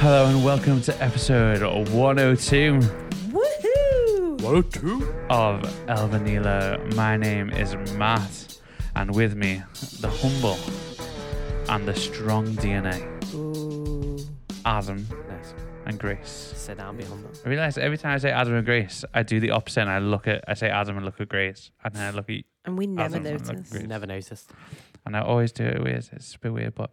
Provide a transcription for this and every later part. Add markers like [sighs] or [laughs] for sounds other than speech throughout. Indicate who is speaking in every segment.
Speaker 1: Hello and welcome to episode 102
Speaker 2: Woohoo!
Speaker 3: Hello, two.
Speaker 1: of El Vanilo. My name is Matt, and with me, the humble and the strong DNA,
Speaker 2: Ooh.
Speaker 1: Adam
Speaker 2: Nice.
Speaker 1: and Grace.
Speaker 2: Sit down, be humble.
Speaker 1: I realize every time I say Adam and Grace, I do the opposite and I look at, I say Adam and look at Grace, and then I look at,
Speaker 4: And we never
Speaker 1: Adam, I'm
Speaker 4: noticed.
Speaker 1: not great. [laughs]
Speaker 2: Never noticed. [laughs]
Speaker 1: and I always do it weird. It's a bit weird, but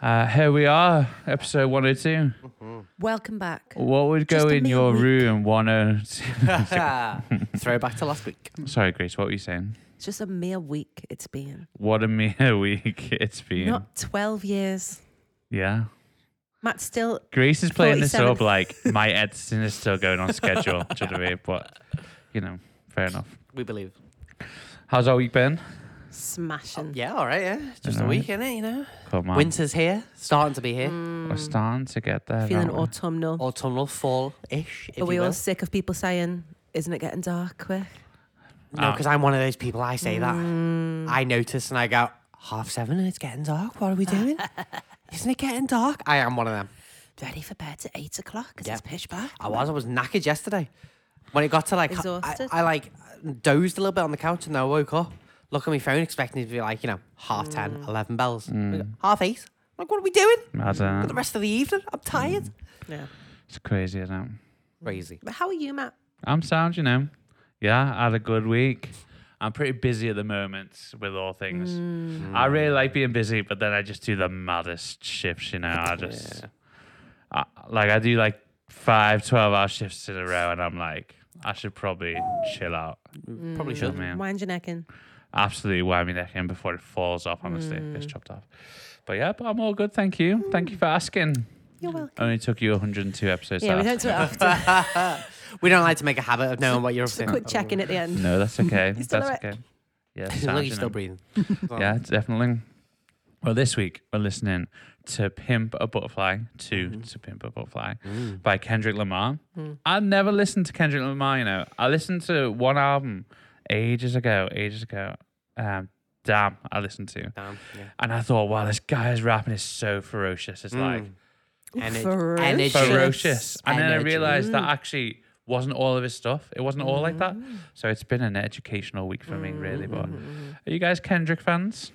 Speaker 1: uh, here we are, episode 102.
Speaker 4: Welcome back.
Speaker 1: What would go
Speaker 4: Just a
Speaker 1: in your
Speaker 4: midweek.
Speaker 1: room 102?
Speaker 2: Throwback to last week.
Speaker 1: Sorry, Grace, what were you saying?
Speaker 4: It's just a mere week it's been.
Speaker 1: What a mere [laughs] week it's been.
Speaker 4: Not 12 years.
Speaker 1: Yeah.
Speaker 4: Matt's still,
Speaker 1: Grace is playing this
Speaker 4: 47.
Speaker 1: up like my editing is still going on schedule. do you know what I mean? But, you know, fair enough.
Speaker 2: We believe.
Speaker 1: How's our week been?
Speaker 4: smashing.
Speaker 2: Oh, Yeah, all right, yeah. Just
Speaker 1: All
Speaker 2: a
Speaker 1: right.
Speaker 2: week, innit, you know? Mm.
Speaker 1: Come on.
Speaker 2: Winter's here, starting to be here.
Speaker 1: We're starting to get there.
Speaker 4: Feeling
Speaker 1: aren't we?
Speaker 4: autumnal.
Speaker 2: Autumnal, fall ish.
Speaker 4: Are
Speaker 2: if
Speaker 4: we
Speaker 2: you will.
Speaker 4: all sick of people saying, isn't it getting dark quick?
Speaker 1: Ah.
Speaker 2: No, because I'm one of those people, I say that. I notice and I go, half seven and it's getting dark. What are we [laughs] doing? Isn't it getting dark? I am one of them.
Speaker 4: Ready for bed at 8 o'clock 'cause
Speaker 2: Yeah.
Speaker 4: it's pitch black.
Speaker 2: I was. I was knackered yesterday. When it got to like, I,
Speaker 4: Exhausted?
Speaker 2: I like dozed a little bit on the couch and then I woke up, look at my phone, expecting it to be like, you know, half
Speaker 4: Mm.
Speaker 2: 10, 11 bells,
Speaker 1: Mm.
Speaker 2: half eight. I'm like, what are we doing?
Speaker 1: Mad,
Speaker 2: For
Speaker 1: uh,
Speaker 2: the rest of the evening, I'm tired.
Speaker 1: Mm.
Speaker 4: Yeah.
Speaker 1: It's crazy, isn't it?
Speaker 2: Crazy.
Speaker 4: But how are you, Matt?
Speaker 1: I'm sound, you know. Yeah, I had a good week. I'm pretty busy at the moment with all things. I really like being busy, but then I just do the maddest shifts, you know. I just, I, like, I do like five, 12 hour shifts in a row, and I'm like, I should probably chill out.
Speaker 4: Mm.
Speaker 2: Probably
Speaker 1: You know
Speaker 2: should.
Speaker 1: what I mean?
Speaker 4: Wind your neck in.
Speaker 1: absolutely wham me neck in before it falls off. Honestly,
Speaker 4: Mm.
Speaker 1: gets chopped off. But yeah, but I'm all good. Thank you. Thank you for asking.
Speaker 4: You're welcome.
Speaker 1: Only took you 102 episodes.
Speaker 4: yeah,
Speaker 1: to
Speaker 4: we don't
Speaker 1: ask.
Speaker 4: do it after.
Speaker 2: [laughs] We don't like to make a habit of knowing what you're up
Speaker 4: Just a
Speaker 2: to.
Speaker 4: quick check in at the
Speaker 1: [laughs]
Speaker 4: end.
Speaker 1: No,
Speaker 4: [laughs]
Speaker 1: that's okay. that's
Speaker 4: still alright?
Speaker 1: okay. Yeah, sound,
Speaker 2: Look,
Speaker 1: you
Speaker 2: you're still
Speaker 1: know.
Speaker 2: breathing.
Speaker 1: [laughs] Yeah, definitely. Well, this week we're listening to "Pimp a Butterfly" to "To Pimp a Butterfly" by Kendrick Lamar.
Speaker 4: Mm.
Speaker 1: I never listened to Kendrick Lamar. You know, I listened to one album ages ago, ages ago. Um, damn, I listened to.
Speaker 2: Damn. Yeah.
Speaker 1: And I thought, wow, this guy's rapping is so ferocious.
Speaker 2: Hmm.
Speaker 1: It's like
Speaker 2: Ener-
Speaker 4: Ferocious.
Speaker 2: Mm. energy.
Speaker 1: ferocious. And then I
Speaker 2: Energy.
Speaker 1: realized that actually wasn't all of his stuff. It wasn't all like that. So it's been an educational week for me, really. But are you guys Kendrick fans?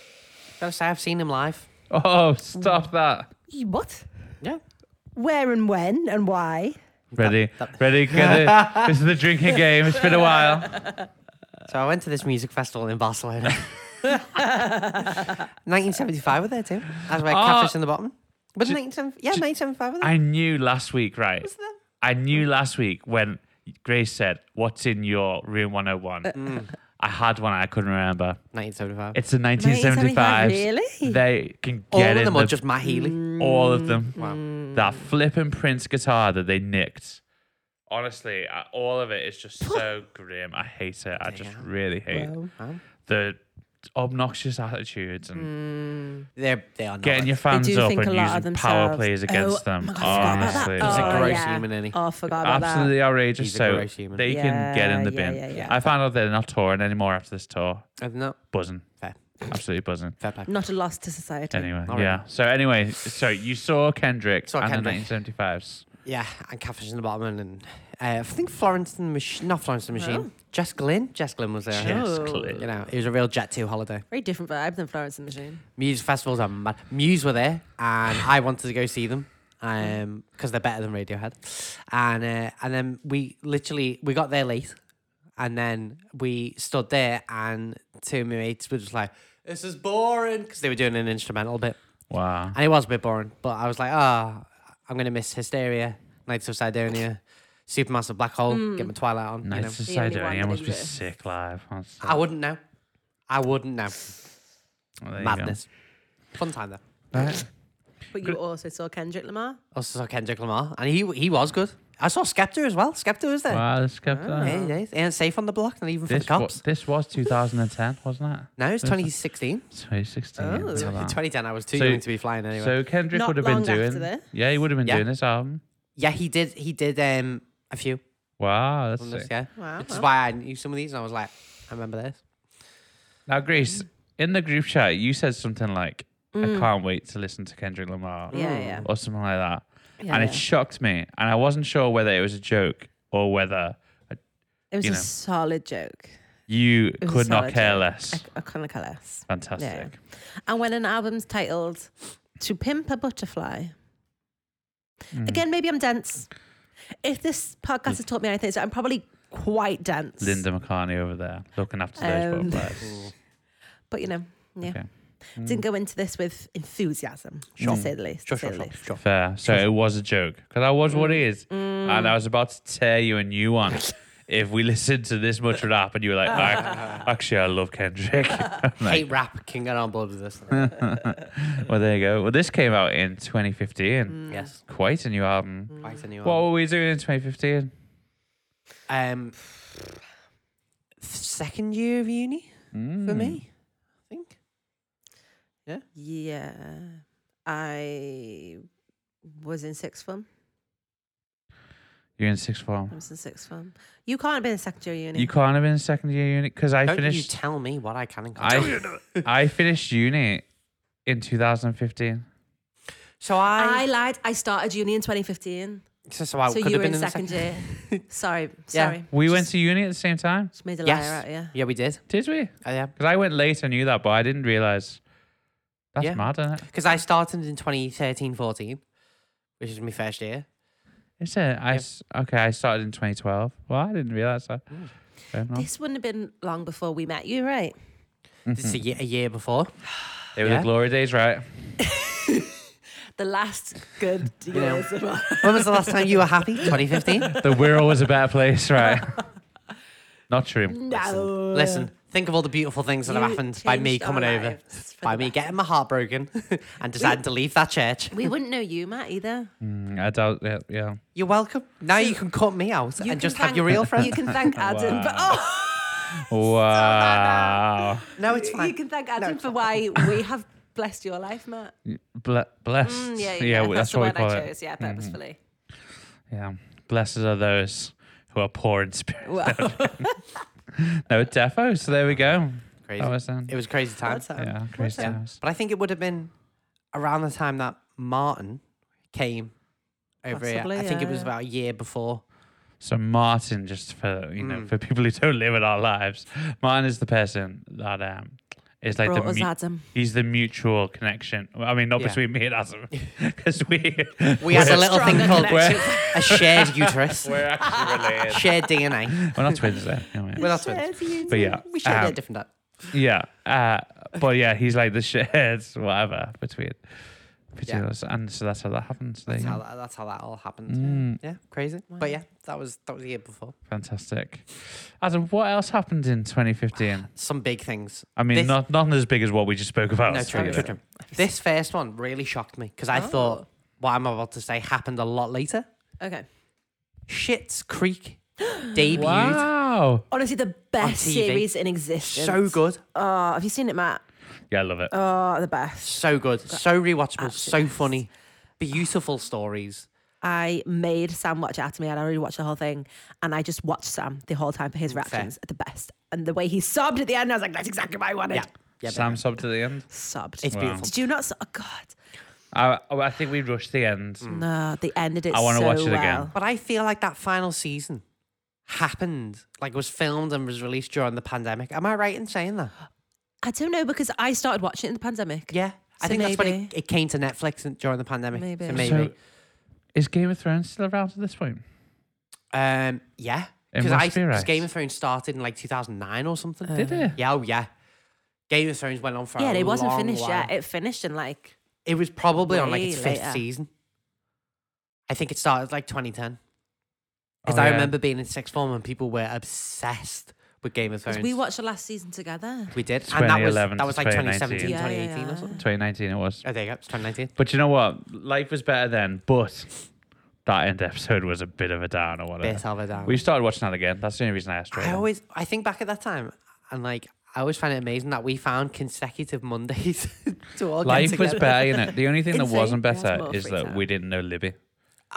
Speaker 1: [laughs]
Speaker 2: Gotta say, I've seen him live.
Speaker 1: Oh, stop that.
Speaker 4: What?
Speaker 2: Yeah.
Speaker 4: Where and when and why?
Speaker 1: Ready, ready, get
Speaker 2: [laughs]
Speaker 1: it. This is the drinking game. It's been a while.
Speaker 2: So I went to this music festival in
Speaker 4: [laughs]
Speaker 2: Barcelona. 1975 were there too. That's where
Speaker 1: Ah.
Speaker 2: Catfish in the Bottom. Was it 1975? Yeah, 1975 were there.
Speaker 1: I knew last week, right? I knew last week when Grace said, What's in your room 101?
Speaker 2: Mm.
Speaker 1: I had one I couldn't remember.
Speaker 2: 1975.
Speaker 1: It's the 1975s.
Speaker 4: really?
Speaker 1: They can
Speaker 2: All
Speaker 1: get
Speaker 2: of
Speaker 1: in
Speaker 2: them are
Speaker 1: the- Mm.
Speaker 2: just Matt Healy.
Speaker 1: all of them.
Speaker 4: Mm,
Speaker 1: That flipping Prince guitar that they nicked. Honestly, I, all of it is just so grim. I hate it. I just really
Speaker 4: Mm,
Speaker 1: hate the obnoxious attitudes and
Speaker 2: They're, they are not.
Speaker 1: getting your
Speaker 2: It's
Speaker 1: fans
Speaker 4: Mm. do
Speaker 1: up
Speaker 4: think
Speaker 1: and
Speaker 4: a lot of
Speaker 1: using power
Speaker 4: themselves.
Speaker 1: plays
Speaker 4: Oh,
Speaker 1: against
Speaker 4: oh
Speaker 1: them.
Speaker 4: my God, I forgot about
Speaker 1: Honestly,
Speaker 4: that.
Speaker 1: it's
Speaker 2: a
Speaker 4: Oh,
Speaker 2: gross
Speaker 4: yeah.
Speaker 2: human, isn't he?
Speaker 4: Oh, I forgot about
Speaker 1: absolutely outrageous.
Speaker 2: He's a
Speaker 1: So
Speaker 2: gross human.
Speaker 1: they can get in the
Speaker 4: Yeah,
Speaker 1: bin.
Speaker 4: yeah, yeah.
Speaker 1: I found out they're not touring anymore after this tour.
Speaker 2: not
Speaker 1: Buzzing,
Speaker 2: fair.
Speaker 1: absolutely buzzing.
Speaker 2: Fair play.
Speaker 4: that. Not a loss to society.
Speaker 1: Anyway,
Speaker 2: All right.
Speaker 1: yeah. So anyway, so you saw Kendrick
Speaker 2: Saw
Speaker 1: and
Speaker 2: Kendrick.
Speaker 1: the 1975s.
Speaker 2: Yeah, and Catfish in the Bottom, and, and uh, I think Florence and the Machine, not Florence and the Machine, Jess Glynn. Jess Glynn was there.
Speaker 1: Jess
Speaker 4: Oh.
Speaker 1: Glynn.
Speaker 2: You know, it was a real Jet 2 holiday.
Speaker 4: Very different vibe than Florence and the Machine.
Speaker 2: Muse festivals are mad. Muse were there,
Speaker 1: [sighs]
Speaker 2: and I wanted to go see them because they're better than Radiohead. And uh, and then we literally we got there late, and then we stood there, and two of my mates were just like, "This is boring," because they were doing an instrumental bit,
Speaker 1: Wow.
Speaker 2: and it was a bit boring. But I was like, "Ah, I'm gonna miss Hysteria, Nights
Speaker 1: [laughs]
Speaker 2: of Sidonia, Supermassive Black Hole, get my Twilight on." You know?
Speaker 1: Nice
Speaker 4: The only
Speaker 1: to
Speaker 4: one
Speaker 1: I
Speaker 4: that
Speaker 1: must be
Speaker 4: exists.
Speaker 1: sick live. That's-
Speaker 2: I wouldn't know. I wouldn't know.
Speaker 1: well, there you go.
Speaker 2: Madness. Fun time though.
Speaker 1: Right.
Speaker 4: But you also saw Kendrick Lamar.
Speaker 2: Also saw Kendrick Lamar, and he he was good. I saw Skepta as well. Skepta was there.
Speaker 1: Wow, let's skip that.
Speaker 2: Yeah, yeah, and safe on the block, not even for the
Speaker 1: This, wa-
Speaker 2: cops.
Speaker 1: this was 2010, wasn't it?
Speaker 2: no,
Speaker 1: [laughs]
Speaker 2: it's 2016.
Speaker 1: 2016.
Speaker 4: Oh.
Speaker 1: look at
Speaker 4: Yeah,
Speaker 2: In [laughs]
Speaker 1: that.
Speaker 2: 2010, I was too
Speaker 1: So-
Speaker 2: young to be flying anyway.
Speaker 1: So Kendrick
Speaker 4: Not
Speaker 1: would have been
Speaker 4: long after
Speaker 1: doing.
Speaker 4: this.
Speaker 1: Yeah, he would have been
Speaker 2: Yeah.
Speaker 1: doing this album.
Speaker 2: yeah, he did. He did um a few.
Speaker 1: Wow, that's
Speaker 2: on this,
Speaker 1: sick.
Speaker 2: yeah,
Speaker 4: Wow.
Speaker 2: which is why I knew some of these, and I was like, I remember this.
Speaker 1: Now, Grace, in the group chat, you said something like, I can't wait to listen to Kendrick Lamar
Speaker 4: Yeah, Mm. yeah.
Speaker 1: or something like that.
Speaker 4: Yeah,
Speaker 1: and
Speaker 4: yeah.
Speaker 1: it shocked me. And I wasn't sure whether it was a joke or whether
Speaker 4: It was
Speaker 1: you
Speaker 4: a
Speaker 1: know.
Speaker 4: solid joke.
Speaker 1: you
Speaker 4: was a
Speaker 1: could not
Speaker 4: solid
Speaker 1: care
Speaker 4: joke.
Speaker 1: less.
Speaker 4: I, I couldn't care less.
Speaker 1: Fantastic.
Speaker 4: And when an album's titled To Pimp a Butterfly,
Speaker 1: Mm.
Speaker 4: again, maybe I'm dense. If this podcast has taught me anything, so I'm probably quite dense.
Speaker 1: Linda McCartney over there looking after those
Speaker 4: Um,
Speaker 1: butterflies.
Speaker 4: But you know, yeah.
Speaker 1: Okay. Mm.
Speaker 4: Didn't go into this with enthusiasm,
Speaker 2: Sure.
Speaker 4: to say the least.
Speaker 2: [laughs] Sure,
Speaker 4: to say the
Speaker 2: sure, sure,
Speaker 4: least.
Speaker 2: sure.
Speaker 1: Fair. So it was a joke because I was what it is,
Speaker 2: Mm.
Speaker 1: and I was about to tear you a new
Speaker 2: [laughs]
Speaker 1: one. If we listened to this much rap and you were like,
Speaker 2: [laughs]
Speaker 1: "Ac- actually, I love Kendrick. I'm like,
Speaker 2: Hate rap, King and on blood with
Speaker 1: [laughs]
Speaker 2: this. [laughs]
Speaker 1: well, there you go. Well, this came out in 2015.
Speaker 2: yes.
Speaker 1: Quite a new album.
Speaker 2: Quite a new
Speaker 1: What
Speaker 2: album.
Speaker 1: were we doing in 2015?
Speaker 2: um, second year of uni
Speaker 1: Mm.
Speaker 2: for
Speaker 1: Hmm.
Speaker 2: me, I think.
Speaker 4: Yeah. I was in sixth form.
Speaker 1: You're in sixth form.
Speaker 4: I was in sixth form. You can't be in secondary uni.
Speaker 1: You can't have been in second year unit because I
Speaker 2: Don't you
Speaker 1: finished.
Speaker 2: tell me what I can and can't.
Speaker 1: I [laughs] I finished uni in 2015.
Speaker 2: so I,
Speaker 4: I lied. I started uni in 2015.
Speaker 2: so, so I
Speaker 4: so you
Speaker 2: could have
Speaker 4: were
Speaker 2: been
Speaker 4: in
Speaker 2: in the
Speaker 4: second year.
Speaker 2: [laughs]
Speaker 4: sorry,
Speaker 2: Yeah.
Speaker 4: sorry.
Speaker 1: We
Speaker 4: just,
Speaker 1: went to uni at the same time,
Speaker 4: Just made a
Speaker 2: Yes.
Speaker 4: liar out of you.
Speaker 2: Yeah, we did.
Speaker 1: did we?
Speaker 2: Uh, yeah,
Speaker 1: Because I went late, I knew that, but I didn't realize. That's
Speaker 2: Yeah.
Speaker 1: mad, isn't it?
Speaker 2: because I started in 2013, 14, which is my first year.
Speaker 1: Is it? I s- okay. I started in 2012. Well, I didn't realize that. Fair enough. Mm-hmm.
Speaker 4: This wouldn't have been long before we met you, right?
Speaker 2: This is a year, a year before.
Speaker 1: They were
Speaker 2: yeah.
Speaker 1: the glory days, right?
Speaker 4: The last
Speaker 2: [laughs]
Speaker 4: good
Speaker 2: know.
Speaker 4: years of our
Speaker 2: When was the last time you were
Speaker 4: [laughs]
Speaker 2: happy? 2015.
Speaker 1: The world was a better place, right? Not true.
Speaker 4: [laughs] No.
Speaker 2: Listen, think of all the beautiful things that have
Speaker 4: You
Speaker 2: happened by me
Speaker 4: changed our
Speaker 2: coming over,
Speaker 4: lives for
Speaker 2: by
Speaker 4: the
Speaker 2: me
Speaker 4: better.
Speaker 2: getting my heart broken, [laughs] and deciding to leave that church.
Speaker 4: We wouldn't know you, Matt, either.
Speaker 1: Mm, I doubt it. Yeah.
Speaker 2: You're welcome. Now you can cut me out
Speaker 4: You
Speaker 2: and
Speaker 4: can
Speaker 2: just have
Speaker 4: thank-
Speaker 2: your
Speaker 4: [laughs]
Speaker 2: real
Speaker 4: You
Speaker 2: friend.
Speaker 4: can thank
Speaker 2: [laughs]
Speaker 4: Adam. But, oh,
Speaker 1: Wow.
Speaker 2: No, it's
Speaker 4: you
Speaker 2: fine.
Speaker 4: can [laughs] thank Adam for why [laughs] we have blessed your life, Matt.
Speaker 1: Ble- blessed.
Speaker 4: Mm,
Speaker 1: yeah,
Speaker 4: yeah, yeah,
Speaker 1: well, that's,
Speaker 4: that's, the
Speaker 1: what we
Speaker 4: word
Speaker 1: call
Speaker 4: I
Speaker 1: it.
Speaker 4: chose. Yeah,
Speaker 2: Mm-hmm.
Speaker 4: purposefully.
Speaker 1: Yeah. Blessed are those who are poor in spirit. [laughs]
Speaker 4: Wow. [laughs]
Speaker 1: No, defo. So there we go.
Speaker 2: Crazy.
Speaker 1: That was done.
Speaker 2: It was crazy times.
Speaker 4: um,
Speaker 1: Yeah, crazy
Speaker 2: Yeah.
Speaker 1: times.
Speaker 2: But I think it would have been around the time that Martin came over
Speaker 4: Possibly,
Speaker 2: here. I think it
Speaker 4: yeah,
Speaker 2: was
Speaker 4: yeah.
Speaker 2: about a year before.
Speaker 1: So Martin, just for you
Speaker 2: Mm.
Speaker 1: know, for people who don't live in our lives, Martin is the person that um is like
Speaker 4: Brought
Speaker 1: the
Speaker 4: us
Speaker 1: mu-
Speaker 4: Adam.
Speaker 1: he's the mutual connection. Well, I mean, not
Speaker 2: Yeah.
Speaker 1: between me and Adam,
Speaker 2: [laughs]
Speaker 1: because we
Speaker 2: We had a little thing
Speaker 4: Stronger
Speaker 2: called
Speaker 1: we're,
Speaker 2: [laughs] a shared uterus,
Speaker 1: we're actually related.
Speaker 2: shared DNA.
Speaker 1: we're not twins then. Anyway.
Speaker 2: We're not twins.
Speaker 1: but yeah,
Speaker 2: We shared
Speaker 1: um,
Speaker 2: a different.
Speaker 1: yeah, uh, but yeah, he's like the shared whatever between between
Speaker 2: Yeah.
Speaker 1: us, and so that's how that happens. There
Speaker 2: That's
Speaker 1: you
Speaker 2: how
Speaker 1: go.
Speaker 2: that, that's how that all happened.
Speaker 1: Mm.
Speaker 2: Yeah, crazy. But yeah, that was that was the year before.
Speaker 1: Fantastic, Adam. What else happened in 2015?
Speaker 2: Some big things.
Speaker 1: I mean,
Speaker 2: Ah, This-
Speaker 1: not nothing as big as what we just spoke about.
Speaker 2: No, true,
Speaker 1: Yeah.
Speaker 2: true, true. This first one really shocked me because I
Speaker 4: Oh.
Speaker 2: thought what I'm about to say happened a lot later.
Speaker 4: Okay.
Speaker 2: Shit's Creek debuted.
Speaker 1: Wow.
Speaker 4: Honestly, the best
Speaker 2: TV.
Speaker 4: series in existence.
Speaker 2: So good,
Speaker 4: Oh, have you seen it, Matt?
Speaker 1: Yeah, I love it.
Speaker 4: Oh, the best.
Speaker 2: so good, so rewatchable, so
Speaker 4: absolutely
Speaker 2: funny, beautiful stories.
Speaker 4: I made Sam watch it after me. I'd already watched the whole thing. And I just watched Sam the whole time for
Speaker 2: Mm,
Speaker 4: his reactions at the best. And the way he sobbed at the end, I was like, that's exactly what I wanted.
Speaker 2: Yeah, yeah,
Speaker 1: Sam sobbed to the end.
Speaker 4: Sobbed.
Speaker 2: it's
Speaker 1: Wow.
Speaker 2: beautiful.
Speaker 4: Did you not? So- oh, God.
Speaker 1: I, oh, I think we rushed the end.
Speaker 2: Mm.
Speaker 4: No, they ended it
Speaker 1: I wanna
Speaker 4: so
Speaker 1: watch it
Speaker 4: well.
Speaker 1: again.
Speaker 2: But I feel like that final season happened, like was filmed and was released during the pandemic. Am I right in saying that?
Speaker 4: I don't know because I started watching it in the pandemic.
Speaker 2: Yeah. I
Speaker 4: So
Speaker 2: think that's when it,
Speaker 4: maybe-
Speaker 2: it came to Netflix in- during the pandemic.
Speaker 4: Maybe.
Speaker 2: So maybe.
Speaker 1: So, is Game of Thrones still around at this point?
Speaker 2: um, yeah.
Speaker 1: It
Speaker 2: Because
Speaker 1: must
Speaker 2: I
Speaker 1: be right.
Speaker 2: because Game of Thrones started in like 2009 or something.
Speaker 1: Did it?
Speaker 2: Yeah, oh yeah. Game of Thrones went on for
Speaker 4: Uh. Yeah,
Speaker 2: a
Speaker 4: and it wasn't
Speaker 2: long
Speaker 4: finished
Speaker 2: while.
Speaker 4: yet. It finished in like,
Speaker 2: It was probably on like its
Speaker 4: Way
Speaker 2: fifth
Speaker 4: later.
Speaker 2: season. I think it started like 2010.
Speaker 1: Oh,
Speaker 2: Because I
Speaker 1: yeah.
Speaker 2: remember being in sixth form and people were obsessed with Game of Thrones.
Speaker 4: because we watched the last season together.
Speaker 2: We did. And that was,
Speaker 1: 2011
Speaker 2: that
Speaker 1: to
Speaker 2: was like 2017,
Speaker 1: 2019.
Speaker 4: Yeah, yeah,
Speaker 2: 2018 or
Speaker 4: yeah.
Speaker 2: something.
Speaker 1: 2019 it was.
Speaker 2: Oh, there you go. It's 2019.
Speaker 1: But you know what? Life was better then, but that end episode was a bit of a down or
Speaker 2: Bit
Speaker 1: whatever.
Speaker 2: of a down.
Speaker 1: We started watching that again. That's the only reason I asked.
Speaker 2: I
Speaker 1: really.
Speaker 2: always I think back at that time and like I always find it amazing that we found consecutive Mondays [laughs] to all
Speaker 1: Life
Speaker 2: get
Speaker 1: was
Speaker 2: together.
Speaker 1: better, you know. The only thing that
Speaker 4: Insane.
Speaker 1: wasn't
Speaker 4: We had
Speaker 1: better
Speaker 4: more
Speaker 1: is
Speaker 4: free
Speaker 1: that
Speaker 4: time.
Speaker 1: we didn't know Libby.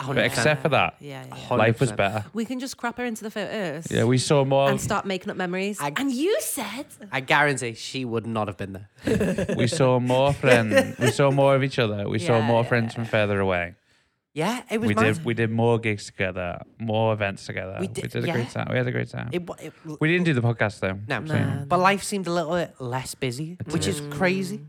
Speaker 1: But except for that,
Speaker 4: Yeah, yeah, yeah.
Speaker 1: life was
Speaker 2: 100%.
Speaker 1: better.
Speaker 4: We can just crop her into the photos.
Speaker 1: Yeah, we saw more.
Speaker 4: [laughs] and start making up memories.
Speaker 2: I-
Speaker 4: and you said
Speaker 2: I guarantee she would not have been there.
Speaker 1: we saw
Speaker 4: [laughs]
Speaker 1: more friends. We saw more of each other. We saw
Speaker 4: Yeah,
Speaker 1: more
Speaker 4: yeah.
Speaker 1: friends from further away.
Speaker 2: Yeah, it was
Speaker 1: We
Speaker 2: mad.
Speaker 1: did. We did more gigs together, more events together. We did,
Speaker 2: did-
Speaker 1: a
Speaker 2: yeah.
Speaker 1: great time. We had a great time.
Speaker 2: It, wa- it,
Speaker 1: we didn't do the podcast though.
Speaker 2: No,
Speaker 1: so-
Speaker 4: No.
Speaker 2: but life seemed a little bit less busy, which is
Speaker 4: Mm.
Speaker 2: crazy.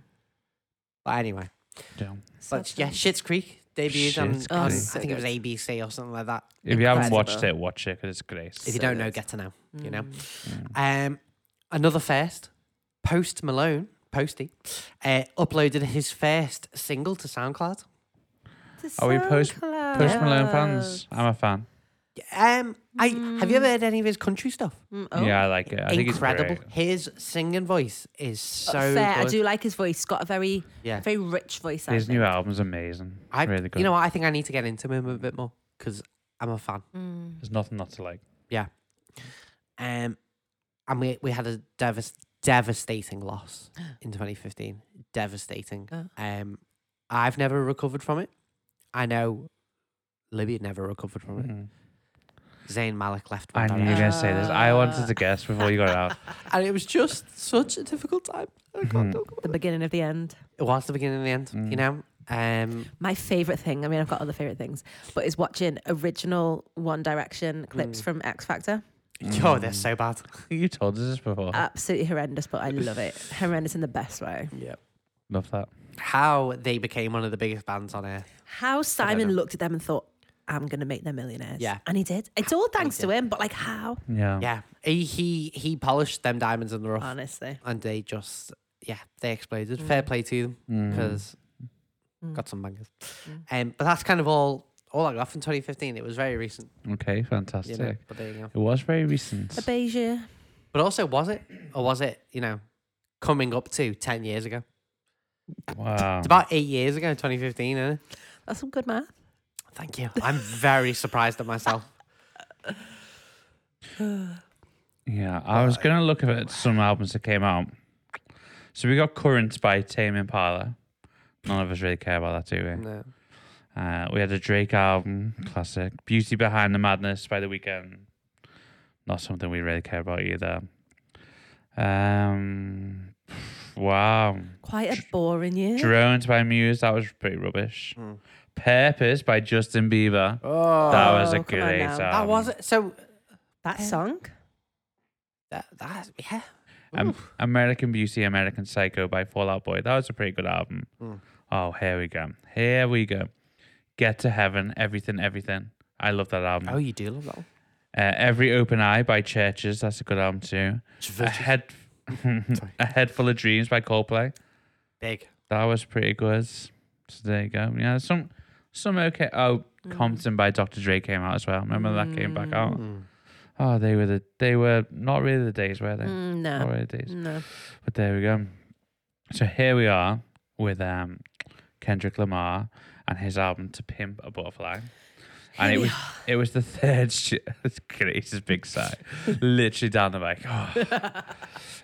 Speaker 2: But anyway,
Speaker 1: Yeah.
Speaker 2: but yeah, Shit's Creek debuted on,
Speaker 1: Schitt's
Speaker 2: on
Speaker 4: Creek.
Speaker 2: I think it was ABC or something like that.
Speaker 1: If you haven't
Speaker 4: Incredible.
Speaker 1: watched it, watch it because it's great. Mm.
Speaker 2: If you
Speaker 4: So
Speaker 2: don't know,
Speaker 4: good.
Speaker 2: get to know. You
Speaker 4: Mm.
Speaker 2: know. Um, another first. Post Malone, Posty, uh, uploaded his first single to SoundCloud.
Speaker 1: Are we post- Post Malone fans, I'm a fan.
Speaker 2: Um, I have you ever heard any of his country stuff?
Speaker 4: Mm, oh,
Speaker 1: Yeah, I like it. I think it's
Speaker 2: Oh, Incredible.
Speaker 1: great.
Speaker 2: His singing voice is so
Speaker 4: Uh, fair.
Speaker 2: good.
Speaker 4: I do like his voice. He's got a very,
Speaker 2: Yeah.
Speaker 4: very rich voice. I
Speaker 1: His
Speaker 4: think.
Speaker 1: new album's amazing.
Speaker 2: I,
Speaker 1: really good.
Speaker 2: You know what? I think I need to get into him a bit more because I'm a fan.
Speaker 4: Mm.
Speaker 1: There's nothing not to like.
Speaker 2: Um, and we we had a devas-
Speaker 4: [gasps]
Speaker 2: devastating loss in 2015. Devastating.
Speaker 4: Oh.
Speaker 2: Um, I've never recovered from it. I know Libby never recovered from it.
Speaker 1: Mhm.
Speaker 2: Zayn Malik left.
Speaker 1: I
Speaker 2: One
Speaker 1: knew you were
Speaker 2: Direction.
Speaker 1: going to say this. I wanted to guess before you got it
Speaker 4: [laughs]
Speaker 2: [laughs]
Speaker 1: out.
Speaker 2: Uh, and it was just such a difficult time. I can't
Speaker 1: Mhm.
Speaker 2: talk about
Speaker 4: the beginning of the end.
Speaker 2: it. It was the beginning and the end,
Speaker 1: Mm.
Speaker 2: you know. Um,
Speaker 4: My favorite thing. I mean, I've got other favorite things, but is watching original One Direction clips
Speaker 2: Mm.
Speaker 4: from X Factor.
Speaker 1: Mm.
Speaker 2: oh, they're so bad.
Speaker 1: You told us this before.
Speaker 2: Uh,
Speaker 4: Absolutely horrendous, but I love it. horrendous in the best way.
Speaker 2: Yeah.
Speaker 1: Love that.
Speaker 2: How they became one of the biggest bands on earth.
Speaker 4: How
Speaker 2: know.
Speaker 4: Simon looked at them and thought, "I'm gonna make them millionaires."
Speaker 2: Yeah.
Speaker 4: and he did. It's all thanks to
Speaker 2: did.
Speaker 4: him, but like how?
Speaker 1: Yeah.
Speaker 2: Yeah, he he, he polished them diamonds in the rough,
Speaker 4: Honestly.
Speaker 2: and they just yeah they exploded. Fair play to them.
Speaker 1: Mm.
Speaker 2: because got some bangers. Um, but that's kind of all all I got from 2015. It was very recent,
Speaker 1: Mm. Okay,
Speaker 2: you
Speaker 1: fantastic.
Speaker 2: know. But there you go.
Speaker 1: It was very recent.
Speaker 4: A Bezier.
Speaker 2: But also, was it or was it you know coming up to 10 years ago?
Speaker 1: Wow.
Speaker 2: It's about eight years ago, 2015. Isn't it?
Speaker 4: That's some good math.
Speaker 2: Thank you. I'm very surprised
Speaker 1: [laughs]
Speaker 2: at myself.
Speaker 1: Yeah, I was going to look at some albums that came out. So we got Current by Tame Impala. None of us really care about that, do we?
Speaker 2: No.
Speaker 1: Uh, we had a Drake album, classic. Beauty Behind the Madness by The Weeknd. Not something we really care about either. Um, wow.
Speaker 4: Quite a boring year.
Speaker 1: Drones by Muse, that was pretty rubbish.
Speaker 2: Mm.
Speaker 1: Purpose by Justin Bieber.
Speaker 2: Oh,
Speaker 1: That was um, a
Speaker 4: come on
Speaker 1: great
Speaker 4: now.
Speaker 1: album.
Speaker 4: That
Speaker 2: that was it. So
Speaker 4: that song.
Speaker 2: that that yeah.
Speaker 1: Um, American Beauty, American Psycho by Fallout Boy. That was a pretty good album.
Speaker 2: Mm.
Speaker 1: Oh, here we go. Here we go. Get to Heaven, Everything, Everything. I love that album.
Speaker 2: Oh, you do love that one.
Speaker 1: Uh, Every Open Eye by Churches. That's a good album too. A head,
Speaker 2: [laughs]
Speaker 1: [laughs] a head full of dreams by Coldplay.
Speaker 2: Big.
Speaker 1: That was pretty good. So there you go. Yeah, some some okay. Oh,
Speaker 4: Mm.
Speaker 1: Compton by Dr. Dre came out as well. Remember that came back out.
Speaker 2: Mm.
Speaker 1: Oh, they were the they were not really the days were they?
Speaker 4: Mm,
Speaker 1: Not
Speaker 4: no.
Speaker 1: really the days.
Speaker 4: No.
Speaker 1: But there we go. So here we are with um, Kendrick Lamar and his album "To Pimp a Butterfly," and
Speaker 4: Here
Speaker 1: it
Speaker 4: we
Speaker 1: was it was the third. [laughs] Sh- it's greatest big
Speaker 4: [laughs]
Speaker 1: sigh, literally down the mic. Oh.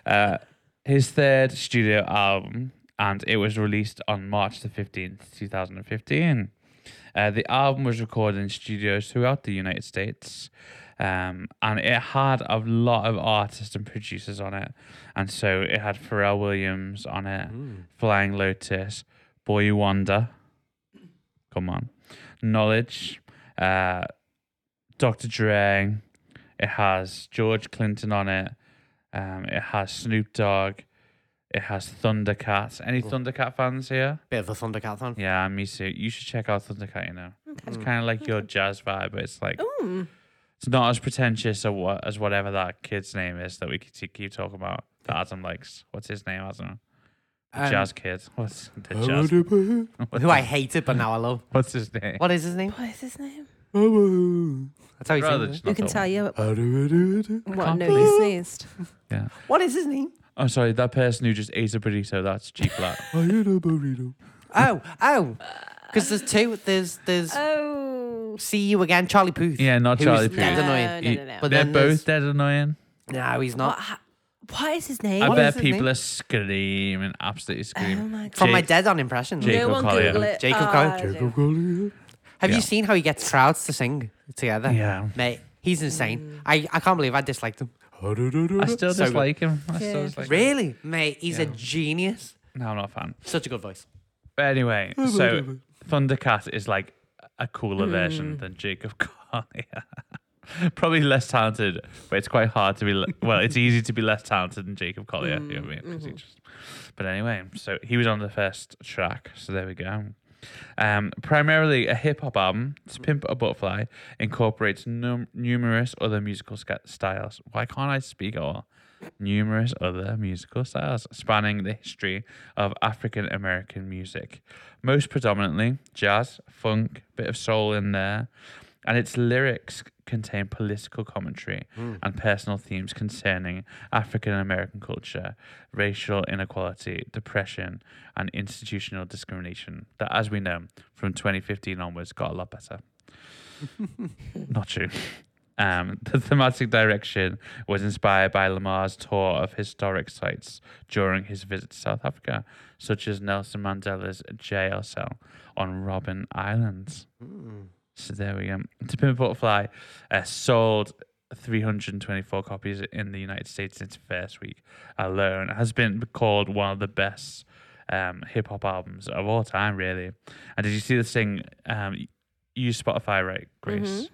Speaker 1: uh, his third studio album, and it was released on March the fifteenth, two thousand and fifteen. Uh, the album was recorded in studios throughout the United States, um, and it had a lot of artists and producers on it. And so it had Pharrell Williams on
Speaker 2: Mm-hmm.
Speaker 1: it, Flying Lotus, Boy Wonder, come on, Knowledge, uh, Dr. Dre. It has George Clinton on it. Um, it has Snoop Dogg. It has Thundercat. Any Thundercat fans here?
Speaker 2: Bit of a Thundercat fan.
Speaker 1: Yeah, me too. You should check out Thundercat, you know. It's kind of like your jazz vibe, but it's
Speaker 2: Oh.
Speaker 1: like,
Speaker 4: Mm.
Speaker 1: it's not as pretentious or what, as whatever that kid's name is that we keep- keep talking about that Adam likes. What's his name, Adam? The
Speaker 2: Um,
Speaker 1: jazz kid. [laughs] What's the [laughs] jazz?
Speaker 2: Who I hated, but now I love.
Speaker 1: What's his name?
Speaker 2: What is his name?
Speaker 4: What is his name?
Speaker 2: That's how he
Speaker 1: Rather
Speaker 2: sings.
Speaker 1: just
Speaker 4: Who
Speaker 1: not
Speaker 4: can
Speaker 1: that
Speaker 4: tell
Speaker 1: one. Uh,
Speaker 4: you
Speaker 2: it.
Speaker 4: what
Speaker 1: can't
Speaker 4: no
Speaker 1: believe-
Speaker 4: he sneezed?
Speaker 1: Yeah.
Speaker 2: What is his name?
Speaker 1: Oh, sorry. That person who just ate a burrito. That's G flat.
Speaker 2: Oh, oh. Because there's two. There's there's
Speaker 4: Oh.
Speaker 2: see you again, Charlie
Speaker 1: [laughs]
Speaker 2: Puth.
Speaker 1: Uh. Yeah, not
Speaker 2: who's
Speaker 1: Charlie
Speaker 2: Dead
Speaker 1: Puth.
Speaker 4: No,
Speaker 2: annoying.
Speaker 4: no, no, no.
Speaker 2: But
Speaker 1: They're
Speaker 2: then there's-
Speaker 1: both dead annoying.
Speaker 2: No, he's
Speaker 4: What,
Speaker 2: not.
Speaker 4: ha- what is his name?
Speaker 1: I
Speaker 2: What
Speaker 1: bet
Speaker 2: is his
Speaker 1: people
Speaker 2: name?
Speaker 1: are screaming, absolutely
Speaker 4: oh
Speaker 1: screaming.
Speaker 4: my god.
Speaker 2: From my
Speaker 1: Jake-
Speaker 2: dead on impression.
Speaker 1: Jake-
Speaker 4: no
Speaker 1: Jacob
Speaker 4: one
Speaker 1: Collier.
Speaker 4: Google it. Uh,
Speaker 2: Jacob
Speaker 4: Oh,
Speaker 2: Collier.
Speaker 4: I do.
Speaker 2: Have
Speaker 1: Yeah.
Speaker 2: you seen how he gets crowds to sing together?
Speaker 1: Yeah.
Speaker 2: Mate, he's
Speaker 4: Mm.
Speaker 2: insane. I, I can't believe I disliked him.
Speaker 1: I still
Speaker 2: So good.
Speaker 1: dislike him. I still
Speaker 4: Yeah.
Speaker 1: dislike him.
Speaker 2: Really? Mate, he's a
Speaker 1: Yeah.
Speaker 2: genius.
Speaker 1: No, I'm not a fan.
Speaker 2: Such a good voice.
Speaker 1: But anyway, so Thundercat is like a cooler version than Jacob Collier. [laughs] Probably less talented, but it's quite hard to be. Le- well, it's easy to be less talented than Jacob Collier. You know what I mean? 'Cause he just- but anyway, so he was on the first track. So there we go. Um, primarily a hip hop album, To Pimp a Butterfly incorporates num- numerous other musical sca- styles. Why can't I speak at all? Numerous other musical styles spanning the history of African American music, most predominantly jazz, funk, bit of soul in there, and its lyrics contain political commentary and personal themes concerning African American culture, racial inequality, depression, and institutional discrimination. That, as we know, from 2015 onwards, got a lot better. Not true. Um, [laughs] the thematic direction was inspired by Lamar's tour of historic sites during his visit to South Africa, such as Nelson Mandela's jail cell on Robben Island.
Speaker 2: Mm.
Speaker 1: So there we go. To Pimp a Butterfly uh, sold 324 copies in the United States in its first week alone. It has been called one of the best um, hip hop albums of all time, really. And did you see this thing? Um, y- you use Spotify, right, Grace?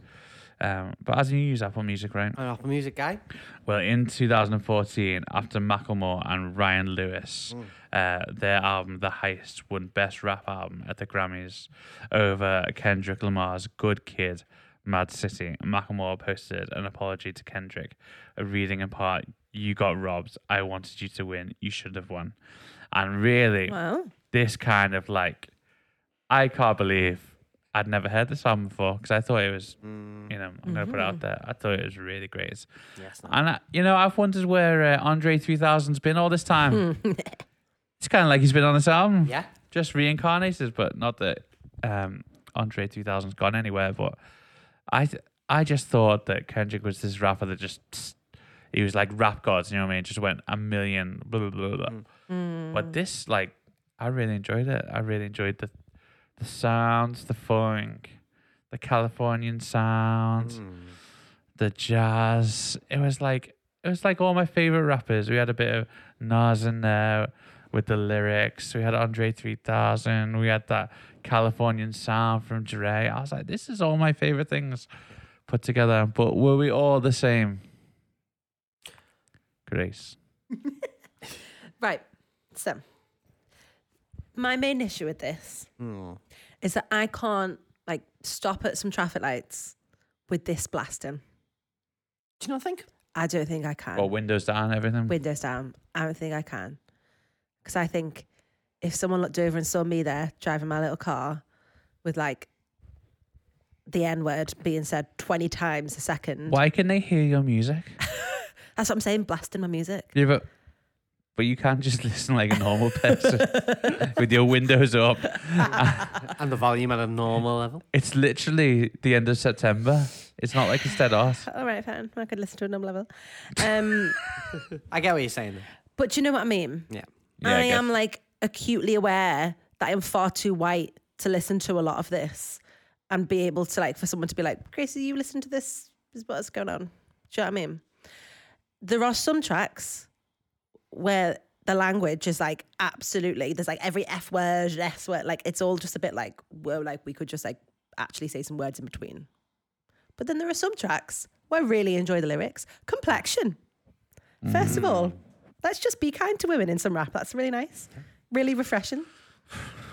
Speaker 1: Um, but as you use Apple Music, right?
Speaker 2: An Apple Music guy.
Speaker 1: Well, in 2014, after Macklemore and Ryan Lewis, uh, their album The Heist won Best Rap Album at the Grammys over Kendrick Lamar's Good Kid, Mad City. Macklemore posted an apology to Kendrick, reading in part, You got robbed. I wanted you to win. You should have won. And really,
Speaker 4: Wow.
Speaker 1: this kind of like, I can't believe I'd never heard this album before because I thought it was, you know, I'm going to put it out there. I thought it was really great.
Speaker 2: Mm. Yes.
Speaker 1: And I, you know, I've wondered where uh, Andre 3000's been all this
Speaker 4: Hmm.
Speaker 1: time. it's kind of like he's been on this album,
Speaker 2: Yeah.
Speaker 1: just reincarnated, but not that um, Andre 3000's gone anywhere. But I, th- I just thought that Kendrick was this rapper that just he was like rap gods, you know what I mean? Just went a million blah blah blah. blah.
Speaker 4: hmm. [laughs] Mm-hmm.
Speaker 1: But this, like, I really enjoyed it. I really enjoyed the the sounds, the funk, the Californian sounds the jazz. It was like it was like all my favorite rappers. We had a bit of Nas in there with the lyrics. We had Andre 3000. We had that Californian sound from Dre. I was like, this is all my favorite things put together. But were we all the same? Grace.
Speaker 4: Right. So, my main issue with this
Speaker 2: Mm.
Speaker 4: is that I can't like stop at some traffic lights with this blasting.
Speaker 2: Do you not think?
Speaker 4: I don't think I can.
Speaker 1: Well, windows down, everything.
Speaker 4: Windows down. I don't think I can. Because I think if someone looked over and saw me there driving my little car with like the N word being said 20 times a second,
Speaker 1: Why can they hear your music?
Speaker 4: that's what I'm saying, blasting my music.
Speaker 1: Yeah, but but you can't just [laughs] listen like a normal person with your windows up.
Speaker 2: And the volume at a normal level.
Speaker 1: It's literally the end of September. It's not like it's dead off.
Speaker 4: All right, fine. [laughs] I could listen to a numb level. Um, [laughs]
Speaker 2: I get what you're saying. though.
Speaker 4: but do you know what I mean?
Speaker 2: Yeah.
Speaker 1: Yeah, I
Speaker 4: I,
Speaker 1: guess.
Speaker 4: am like acutely aware that I'm far too white to listen to a lot of this and be able to like for someone to be like, Gracie, you listen to this is what's going on. Do you know what I mean? There are some tracks where the language is like absolutely there's like every F word, and S word, like it's all just a bit like, whoa, like we could just like actually say some words in between. But then there are some tracks where I really enjoy the lyrics. Complexion. First of all, let's just be kind to women in some rap. That's really nice. Really refreshing.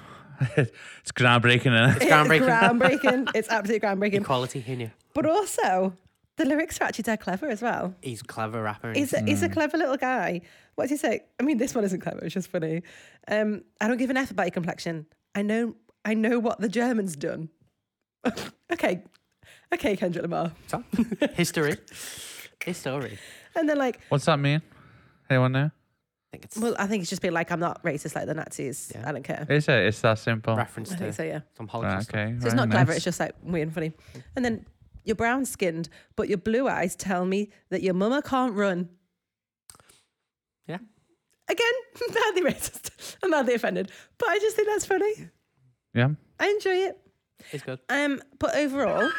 Speaker 1: [laughs] it's groundbreaking. Isn't it?
Speaker 2: It's
Speaker 4: [laughs]
Speaker 2: groundbreaking.
Speaker 4: groundbreaking. it's absolutely groundbreaking.
Speaker 2: Equality, he knew.
Speaker 4: But also, the lyrics are actually dead clever as well.
Speaker 2: He's a clever rapper. and
Speaker 4: He's a, he's a clever little guy. What's he say? I mean, this one isn't clever. It's just funny. Um, I don't give an F about your complexion. I know I know what the Germans done. [laughs] okay. Okay, Kendrick Lamar.
Speaker 2: So, history. History.
Speaker 4: And then like,
Speaker 1: [laughs] What's that mean? Anyone know?
Speaker 2: I think it's
Speaker 4: well, I think it's just been like, I'm not racist like the Nazis.
Speaker 2: Yeah.
Speaker 4: I don't care.
Speaker 1: It's it. It's that simple.
Speaker 2: reference
Speaker 4: I
Speaker 2: to
Speaker 4: think so, yeah.
Speaker 2: some
Speaker 1: Right,
Speaker 2: Holocaust.
Speaker 1: Ah, okay.
Speaker 4: So it's not clever, it's just like weird and funny. And then you're brown skinned, but your blue eyes tell me that your mama can't run.
Speaker 2: Yeah.
Speaker 4: Again, [laughs] madly racist. I'm madly offended. But I just think that's funny.
Speaker 1: yeah.
Speaker 4: I enjoy it.
Speaker 2: It's good.
Speaker 4: Um, but overall,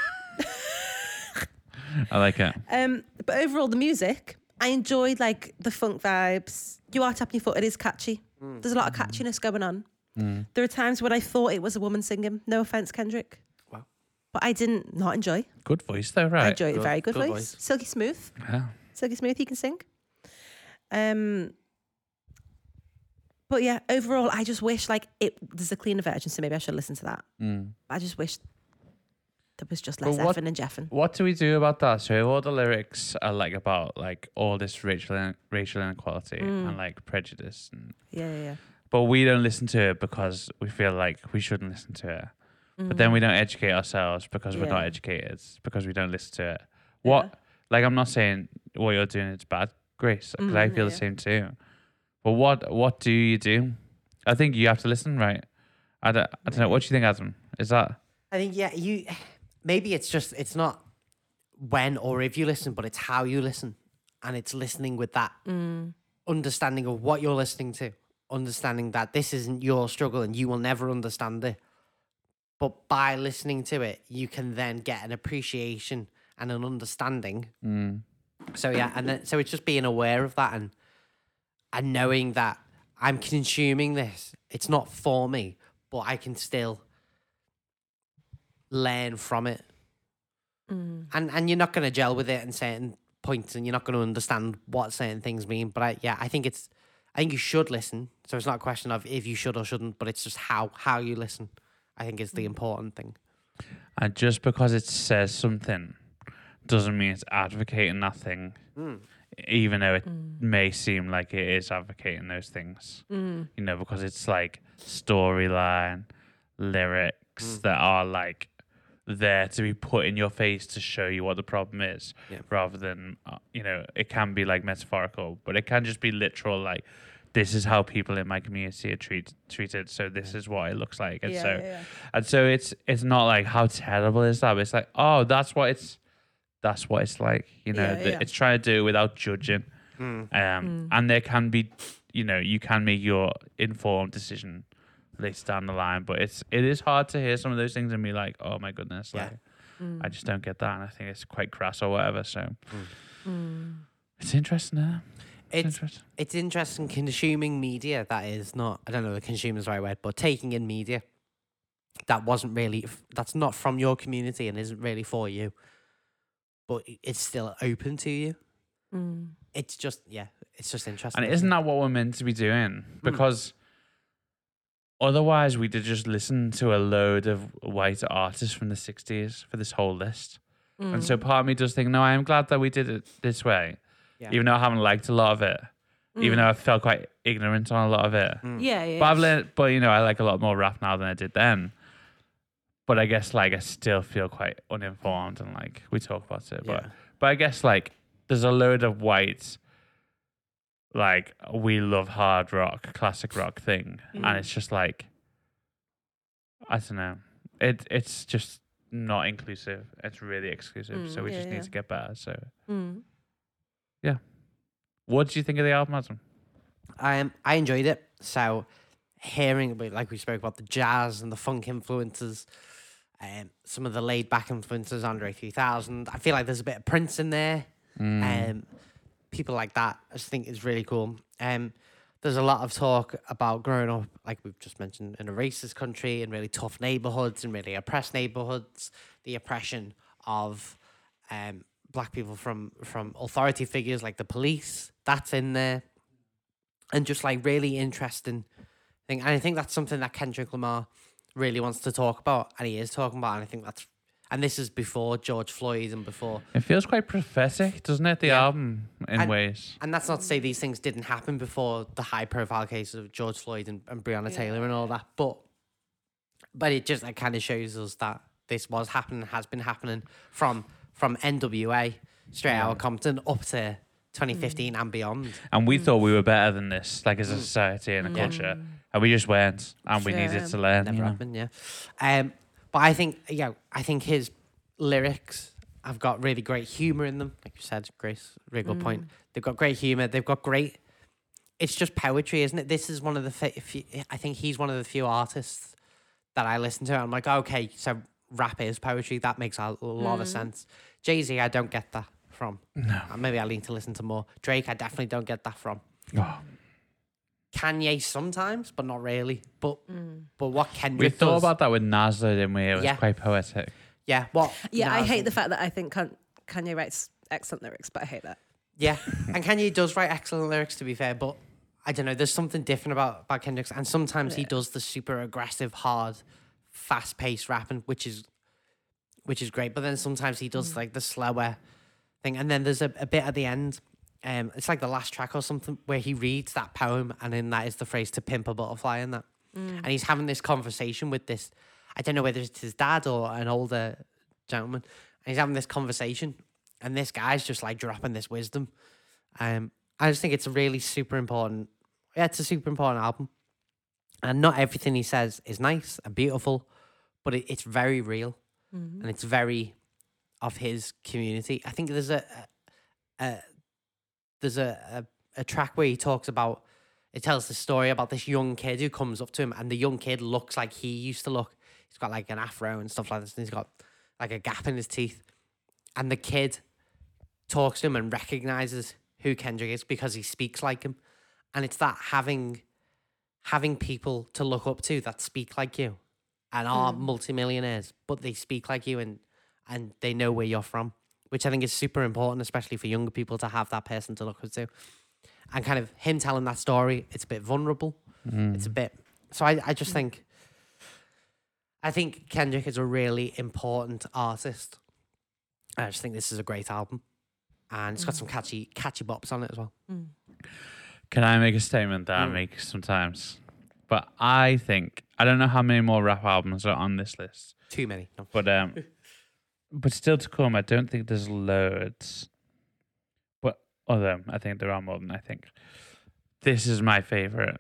Speaker 4: [laughs]
Speaker 1: I like it.
Speaker 4: um, but overall, the music I enjoyed like the funk vibes. You are tapping your foot; it is catchy.
Speaker 2: Mm.
Speaker 4: There's a lot of catchiness going on. There are times when I thought it was a woman singing. No offense, Kendrick.
Speaker 2: Wow.
Speaker 4: But I didn't not enjoy.
Speaker 1: Good voice though,
Speaker 4: I
Speaker 1: right?
Speaker 4: enjoyed
Speaker 2: good-
Speaker 4: it. Very good,
Speaker 2: good
Speaker 4: voice.
Speaker 2: voice.
Speaker 4: silky smooth.
Speaker 1: Yeah.
Speaker 4: Silky Smooth, he can sing. Um, but yeah, overall, I just wish like it. There's a cleaner version, so maybe I should listen to that.
Speaker 1: Mm.
Speaker 4: I just wish there was just less
Speaker 1: But what-
Speaker 4: effing and jeffing.
Speaker 1: What do we do about that? So all the lyrics are like about like all this racial in- racial inequality
Speaker 4: Mm.
Speaker 1: and like prejudice, and,
Speaker 4: Yeah, yeah, yeah.
Speaker 1: but we don't listen to it because we feel like we shouldn't listen to it. But then we don't educate ourselves because we're not
Speaker 4: Yeah.
Speaker 1: educated because we don't listen to it. What like I'm not saying what you're doing is bad, Grace, because I
Speaker 4: Mhm,
Speaker 1: feel the
Speaker 4: yeah.
Speaker 1: same too. But what what do you do? I think you have to listen, right? I don't, I don't know. What do you think, Adam? Is that
Speaker 2: I think yeah, you maybe it's just it's not when or if you listen, but it's how you listen, and it's listening with that Mm. understanding of what you're listening to, understanding that this isn't your struggle and you will never understand it. But by listening to it, you can then get an appreciation and an understanding.
Speaker 1: mm.
Speaker 2: So yeah, and then so it's just being aware of that and and knowing that I'm consuming this. It's not for me, but I can still learn from it.
Speaker 4: Mm,
Speaker 2: And and you're not going to gel with it in certain points, and you're not going to understand what certain things mean. But I, yeah, I think it's, I think you should listen. So it's not a question of if you should or shouldn't, but it's just how how you listen. I think is the important thing.
Speaker 1: And just because it says something doesn't mean it's advocating that thing, even though it
Speaker 4: mm,
Speaker 1: may seem like it is advocating those things.
Speaker 4: mm.
Speaker 1: You know, because it's like storyline, lyrics that are like there to be put in your face to show you what the problem is,
Speaker 2: Yeah.
Speaker 1: rather than, uh, you know, it can be like metaphorical, but it can just be literal, like, this is how people in my community are treat, treated, so this is what it looks like. And
Speaker 4: Yeah,
Speaker 1: so,
Speaker 4: yeah, yeah.
Speaker 1: and so it's it's not like how terrible is that. But it's like oh, that's what it's that's what it's like. You know,
Speaker 4: Yeah,
Speaker 1: that
Speaker 4: yeah. Hmm.
Speaker 1: it's trying to do it without judging.
Speaker 2: Hmm.
Speaker 1: Um, and there can be, you know, you can make your informed decision later down the line. But it's it is hard to hear some of those things and be like, oh my goodness,
Speaker 2: Yeah.
Speaker 1: like
Speaker 4: Mm,
Speaker 1: I just
Speaker 4: Hmm.
Speaker 1: don't get that, and I think it's quite crass or whatever. So
Speaker 4: mm,
Speaker 1: it's interesting. Huh? It's,
Speaker 2: It's
Speaker 1: interesting.
Speaker 2: it's interesting consuming media that is not I don't know the consumer's right word, but taking in media that wasn't really f- that's not from your community and isn't really for you, but i- it's still open to you.
Speaker 4: mm,
Speaker 2: It's just yeah, it's Hmm. just interesting.
Speaker 1: And isn't that what we're meant to be doing? Because otherwise, we'd have just listened to a load of white artists from the 60s for this whole list.
Speaker 4: mm.
Speaker 1: And so part of me does think, no, I am glad that we did it this way,
Speaker 2: Yeah.
Speaker 1: even though I haven't liked a lot of it, even though I felt quite ignorant on a lot of it.
Speaker 4: Mm.
Speaker 2: Hmm.
Speaker 4: Yeah, yeah.
Speaker 1: But I've learned, but you know, I like a lot more rap now than I did then. But I guess like I still feel quite uninformed and like we talk about it. But
Speaker 2: Yeah.
Speaker 1: but I guess like there's a load of white like we love hard rock, classic rock thing. And it's just like I don't know. It it's just not inclusive. It's really exclusive.
Speaker 4: Mm,
Speaker 1: so we
Speaker 4: yeah,
Speaker 1: just need
Speaker 4: yeah.
Speaker 1: to get better. So
Speaker 4: Mm.
Speaker 1: what do you think of the album, Adam?
Speaker 2: um, I enjoyed it. So hearing about like we spoke about the jazz and the funk influences, um, some of the laid back influences, Andre three thousand. I feel like there's a bit of Prince in there. Um, people like that, I just think is really cool. Um, there's a lot of talk about growing up, like we've just mentioned, in a racist country in really tough neighborhoods and really oppressed neighborhoods. The oppression of um, black people from from authority figures like the police. That's in there and just like really interesting thing. And I think that's something that Kendrick Lamar really wants to talk about, and he is talking about. And I think that's and this is before George Floyd and before.
Speaker 1: It feels quite prophetic, doesn't it? The
Speaker 2: Yeah.
Speaker 1: album in
Speaker 2: And-
Speaker 1: ways.
Speaker 2: And that's not to say these things didn't happen before the high profile cases of George Floyd and, and Breonna Taylor and all that, but but it just like kind of shows us that this was happening, has been happening from from NWA straight out of Compton up to 2015 and beyond.
Speaker 1: And we thought we were better than this, like as a society and a culture. And we just weren't. And we
Speaker 4: Yeah.
Speaker 1: needed to learn.
Speaker 2: never
Speaker 1: you know.
Speaker 2: happened. Yeah, um, but I think yeah, I think his lyrics have got really great humor in them. Like you said, Grace, really
Speaker 4: Mm.
Speaker 2: good point. They've got great humor. They've got great. It's just poetry, isn't it? This is one of the. Fe- few, I think he's one of the few artists that I listen to. and I'm like, okay, so rap is poetry. That makes a lot of sense. Jay Z, I don't get that from. No. maybe I need to listen to more. Drake, I definitely don't get that from.
Speaker 1: Oh,
Speaker 2: Kanye sometimes, but not really. But but what Kendrick
Speaker 1: we thought
Speaker 2: does,
Speaker 1: about that with Nas, though, didn't we? It was
Speaker 2: Yeah.
Speaker 1: quite poetic.
Speaker 2: yeah, what
Speaker 4: Yeah, I
Speaker 2: Nas-
Speaker 4: hate the fact that I think Kan- Kanye writes excellent lyrics, but I hate that. [laughs]
Speaker 2: Yeah, and Kanye does write excellent lyrics to be fair, but I don't know. There's something different about about Kendrick's, and sometimes he does the super aggressive, hard, fast paced rapping, which is which is great. But then sometimes he
Speaker 4: Mm.
Speaker 2: does like the slower thing, and then there's a, a bit at the end. Um, it's like the last track or something where he reads that poem, and then that is the phrase "to pimp a butterfly" in that,
Speaker 4: Mm.
Speaker 2: and he's having this conversation with this. I don't know whether it's his dad or an older gentleman, and he's having this conversation, and this guy's just like dropping this wisdom. Um, I just think it's a really super important. Yeah, it's a super important album, and not everything he says is nice and beautiful, but it, it's very real and it's very of his community. I think there's a, a, a there's a, a a track where he talks about it tells the story about this young kid who comes up to him, and the young kid looks like he used to look. He's got like an afro and stuff like this, and he's got like a gap in his teeth, and the kid talks to him and recognizes who Kendrick is because he speaks like him, and it's that having having people to look up to that speak like you and are multimillionaires, but they speak like you and and they know where you're from, which I think is super important, especially for younger people to have that person to look up to. And kind of him telling that story, it's a bit vulnerable. It's a
Speaker 1: Mm.
Speaker 2: bit. So I, I just think, I think Kendrick is a really important artist. I just think this is a great album, and it's got
Speaker 1: Mm.
Speaker 2: some catchy catchy bops on it as well.
Speaker 4: Mm.
Speaker 1: Can I make a statement that I
Speaker 2: Mm.
Speaker 1: make sometimes? But I think I don't know how many more rap albums are on this list,
Speaker 2: Too many. No.
Speaker 1: but
Speaker 2: [laughs]
Speaker 1: um, but still to come. I don't think there's loads. But although I think there are more than I think. This is my favorite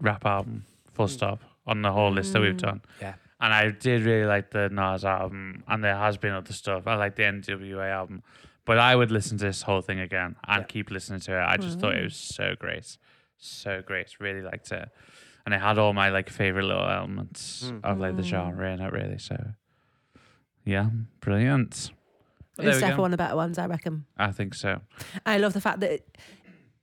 Speaker 1: rap album.
Speaker 2: Mm.
Speaker 1: Full stop on the whole list that we've done. [laughs]
Speaker 2: Yeah.
Speaker 1: And I did really like the Nas album, and there has been other stuff. I like the NWA album, but I would listen to this whole thing again and
Speaker 2: Yeah.
Speaker 1: keep listening to it. I just thought it was so great, so great. Really liked it, and it had all my like favorite little elements
Speaker 2: Mm.
Speaker 1: of like the
Speaker 4: Mm.
Speaker 1: genre in it, really. So, yeah, brilliant. Well, there
Speaker 4: it's
Speaker 1: we go.
Speaker 4: definitely one of the better ones, I reckon.
Speaker 1: I think so.
Speaker 4: I love the fact that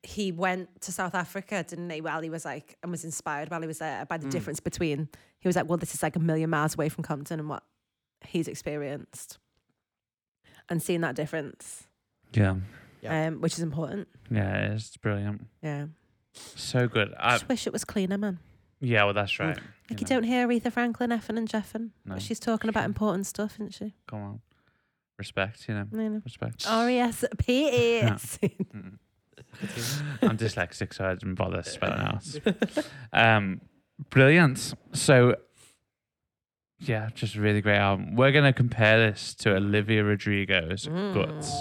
Speaker 4: he went to South Africa, didn't he? While he was like, and was inspired while he was there
Speaker 1: Mm.
Speaker 4: by the difference between, he was like, well, this is like a million miles away from Compton and what he's experienced. And seeing that difference,
Speaker 1: Yeah,
Speaker 2: Yeah.
Speaker 4: um, which is important.
Speaker 1: yeah, it's brilliant.
Speaker 4: Yeah.
Speaker 1: So good. I,
Speaker 4: Just wish it was cleaner, man.
Speaker 1: yeah, well, that's right.
Speaker 4: Mm. Like, you
Speaker 1: know.
Speaker 4: don't hear Aretha Franklin effing and jeffing.
Speaker 1: No.
Speaker 4: But she's talking about important stuff, isn't she?
Speaker 1: Come on, respect. You know,
Speaker 4: You know.
Speaker 1: respect.
Speaker 4: R E S P E
Speaker 1: [laughs]
Speaker 4: S.
Speaker 1: I'm dyslexic, so I didn't bother spelling out. Um, brilliant. So, yeah, just a really great album. We're going to compare this to Olivia Rodrigo's Guts,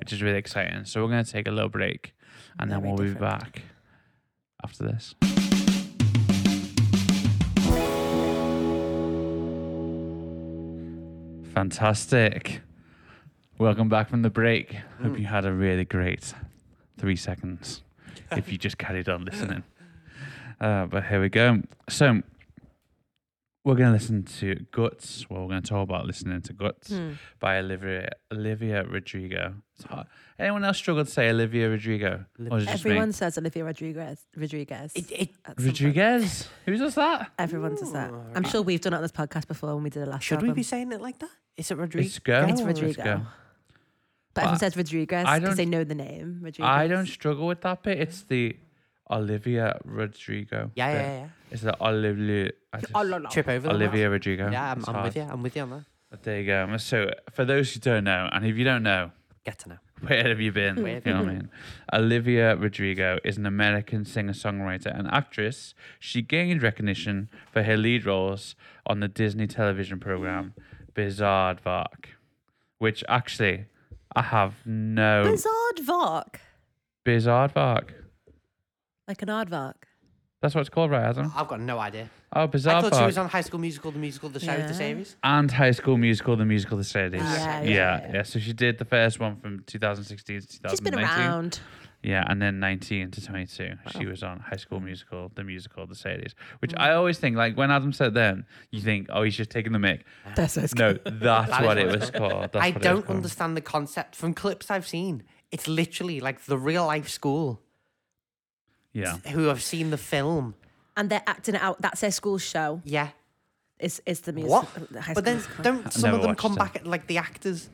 Speaker 1: which is really exciting. So, we're going to take a little break and then
Speaker 4: Mm. Very
Speaker 1: we'll be
Speaker 4: different.
Speaker 1: back after this. Fantastic. Welcome back from the break. [laughs]
Speaker 2: Mm.
Speaker 1: Hope you had a really great three
Speaker 2: [laughs]
Speaker 1: seconds if you just carried on listening. Uh, but here we go. So we're going to listen to Guts. Well, we're going to talk about listening to Guts
Speaker 2: Hmm.
Speaker 4: Hmm.
Speaker 1: by Olivia Olivia Rodrigo. It's hard. Anyone else struggle to say Olivia Rodrigo? Or is it just me?
Speaker 4: Everyone says Olivia Rodriguez. Rodriguez.
Speaker 2: It, it
Speaker 4: at some point.
Speaker 1: Rodriguez. Who does that?
Speaker 4: Everyone does that. I'm sure we've done it on this podcast before when we did the last
Speaker 2: should we
Speaker 4: album.
Speaker 2: be saying it like that? Is it Rodrigo?
Speaker 1: It's go. Let's
Speaker 4: It's Rodrigo.
Speaker 1: go.
Speaker 4: But everyone says Rodriguez
Speaker 1: I don't-
Speaker 4: because they know the name. Rodriguez.
Speaker 1: I don't struggle with that bit. It's the Olivia Rodrigo.
Speaker 2: Yeah,
Speaker 1: bit.
Speaker 2: yeah, yeah.
Speaker 1: It's the Olivia. I just-
Speaker 4: Oh, no, no.
Speaker 2: Trip over. them, lads.
Speaker 1: Olivia Rodrigo.
Speaker 2: Yeah, I'm,
Speaker 1: It's
Speaker 2: I'm
Speaker 1: hard.
Speaker 2: with you. I'm with you on that.
Speaker 1: But there you go. So for those who don't know, and if you don't know, [laughs]
Speaker 2: Get to know.
Speaker 1: Where have you been?
Speaker 2: Where have
Speaker 1: you know
Speaker 2: you
Speaker 1: what I mean? Olivia Rodrigo is an American singer, songwriter, and actress. She gained recognition for her lead roles on the Disney television program Bizarre Vark, which actually I have no
Speaker 4: Bizarre Vark.
Speaker 1: Bizarre Vark.
Speaker 4: Like an aardvark.
Speaker 1: That's what it's called, right, Adam?
Speaker 2: I've got no idea.
Speaker 1: Oh,
Speaker 2: I
Speaker 1: Bizarre
Speaker 2: thought she was
Speaker 1: Vark.
Speaker 2: on High School Musical, the musical, the show,
Speaker 4: Yeah.
Speaker 2: the series.
Speaker 1: and High School Musical, the musical, the series.
Speaker 4: Ah,
Speaker 1: yeah,
Speaker 4: okay.
Speaker 1: yeah,
Speaker 4: Yeah, yeah,
Speaker 1: So she did the first one from 2016 to
Speaker 4: She's been
Speaker 1: 2019.
Speaker 4: around.
Speaker 1: Yeah, and then 19 to 22, she was on High School Musical, the musical, the series, which
Speaker 2: Mm.
Speaker 1: I always think, like when Adam said them, you think, oh, he's just taking the mic.
Speaker 4: That's what
Speaker 2: [laughs]
Speaker 1: No, that's
Speaker 2: That is
Speaker 1: what it
Speaker 2: what
Speaker 1: was called. That's what
Speaker 2: I
Speaker 1: it was
Speaker 2: don't
Speaker 1: called.
Speaker 2: understand the concept from clips I've seen. It's literally like the real life school
Speaker 1: Yeah.
Speaker 2: who have seen the film.
Speaker 4: And they're acting it out. That's their school show.
Speaker 2: Yeah.
Speaker 4: Is is the music?
Speaker 2: What?
Speaker 4: the high school
Speaker 2: But then
Speaker 4: musical.
Speaker 2: don't some
Speaker 1: never
Speaker 2: of them
Speaker 1: watched
Speaker 2: come
Speaker 1: it.
Speaker 2: back at like the actors?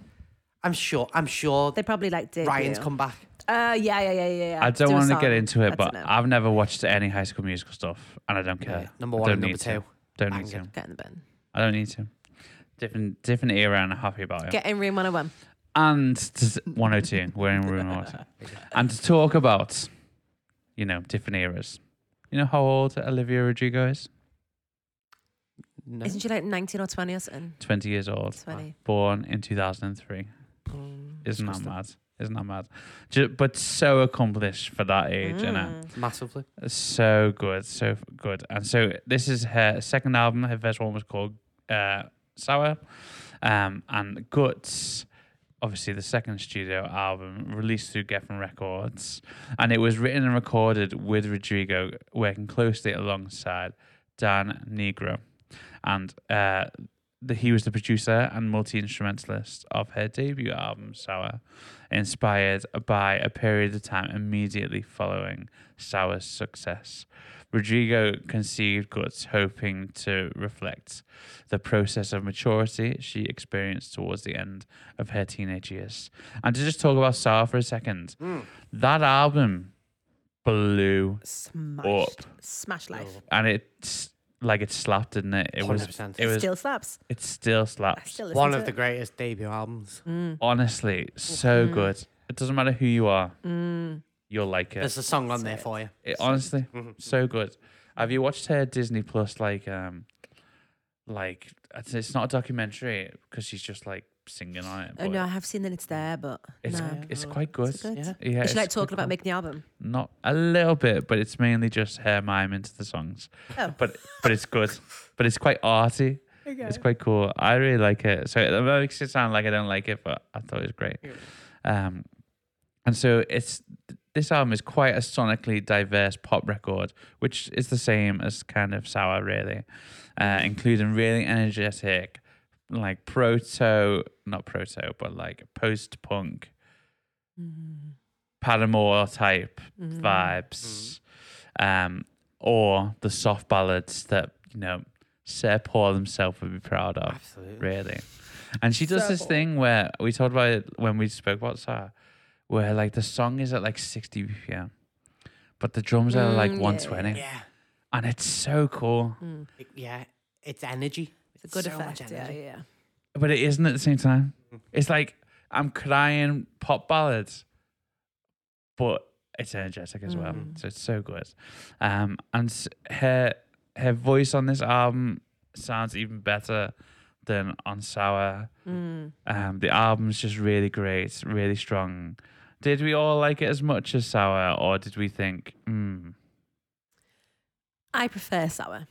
Speaker 2: I'm sure. I'm sure
Speaker 4: they probably like did.
Speaker 2: Ryan's
Speaker 4: you.
Speaker 2: come back.
Speaker 4: Uh, yeah, yeah, yeah, yeah. yeah.
Speaker 1: I don't
Speaker 4: Do a
Speaker 1: want to
Speaker 4: song.
Speaker 1: get into it,
Speaker 4: That's
Speaker 1: but
Speaker 4: no.
Speaker 1: I've never watched any High School Musical stuff, and I don't care.
Speaker 2: Number
Speaker 1: I
Speaker 2: one
Speaker 1: don't
Speaker 2: and number
Speaker 1: need to.
Speaker 2: two.
Speaker 1: Don't need
Speaker 2: Banging.
Speaker 1: to.
Speaker 4: get in the bin.
Speaker 1: I don't need to. Different different era, and I'm happy about it.
Speaker 4: Get in room 101.
Speaker 1: and to s- 102, we're in room 102.
Speaker 2: [laughs]
Speaker 1: and to talk about, you know, different eras. You know how old Olivia Rodrigo is?
Speaker 2: No.
Speaker 4: Isn't she like 19 or 20 or something?
Speaker 1: 20 years old.
Speaker 4: 20.
Speaker 1: Born in 2003.
Speaker 4: Mm.
Speaker 1: Isn't that
Speaker 2: disgusting.
Speaker 1: mad? Isn't that mad? Ju- But so accomplished for that age, you know.
Speaker 2: Massively.
Speaker 1: So good, so f- good. And so this is her second album. Her first one was called uh, Sour, um, and Guts. Obviously, the second studio album released through Geffen Records, and it was written and recorded with Rodrigo, working closely alongside Dan Negro, and uh, the, he was the producer and multi instrumentalist of her debut album Sour, inspired by a period of time immediately following Sour's success. Rodrigo conceived Guts hoping to reflect the process of maturity she experienced towards the end of her teenage years. And to just talk about Sour for a second,
Speaker 4: Mm.
Speaker 1: that album blew
Speaker 4: Smashed. Smash life.
Speaker 1: and it's like it slapped, didn't it? It was
Speaker 2: 100%.
Speaker 1: it was
Speaker 4: Still slaps.
Speaker 1: it still
Speaker 4: I
Speaker 1: slaps.
Speaker 4: still listen
Speaker 2: One
Speaker 4: to
Speaker 2: of the
Speaker 4: it.
Speaker 2: greatest debut albums.
Speaker 4: Mm,
Speaker 1: Honestly, so
Speaker 4: Mm-hmm.
Speaker 1: good. It doesn't matter who you are,
Speaker 4: mm.
Speaker 1: you'll like it.
Speaker 2: There's a song on there for you.
Speaker 1: It- honestly,
Speaker 4: Mm-hmm.
Speaker 1: so good. Have you watched her Disney Plus like um like it's, it's not a documentary because she's just like singing on it.
Speaker 4: Oh,
Speaker 1: but
Speaker 4: no, I have seen that it's there, but
Speaker 1: it's
Speaker 4: no.
Speaker 1: it's quite good.
Speaker 4: Is it good?
Speaker 1: Yeah,
Speaker 4: Is she like
Speaker 1: it's quite
Speaker 4: talking about
Speaker 1: cool.
Speaker 4: making the album?
Speaker 1: not a little bit, but it's mainly just her mime into the songs.
Speaker 4: Oh.
Speaker 1: But but it's good. but it's quite arty. It's quite cool. I really like it. So it makes it sound like I don't like it, but I thought it was great. Um, and so it's this album is quite a sonically diverse pop record, which is the same as kind of Sour, really, uh, including really energetic, like proto, not proto, but like post punk,
Speaker 4: Mm,
Speaker 1: Paramore type
Speaker 4: Mm-hmm.
Speaker 1: vibes, um, or the soft ballads that you know Sir Paul himself would be proud of,
Speaker 2: Absolutely.
Speaker 1: really. And she does
Speaker 4: Sir
Speaker 1: this
Speaker 4: Paul.
Speaker 1: thing where we talked about it when we spoke about Sarah, where like the song is at like 60 BPM, but the drums are like
Speaker 4: Mm, yeah,
Speaker 1: 120,
Speaker 2: Yeah.
Speaker 1: and it's so cool.
Speaker 2: It- yeah. It's energy.
Speaker 4: mm. It's a good
Speaker 2: so much
Speaker 4: effect. Yeah,
Speaker 2: energy.
Speaker 4: yeah, yeah.
Speaker 1: But it isn't at the same time. It's like I'm crying pop ballads, but it's energetic as well. So it's so good. Um, and s- her her voice on this album sounds even better than on Sour.
Speaker 4: Mm.
Speaker 1: Um, the album's just really great, really strong. Did we all like it as much as Sour, or did we think, hmm,
Speaker 4: I prefer sour.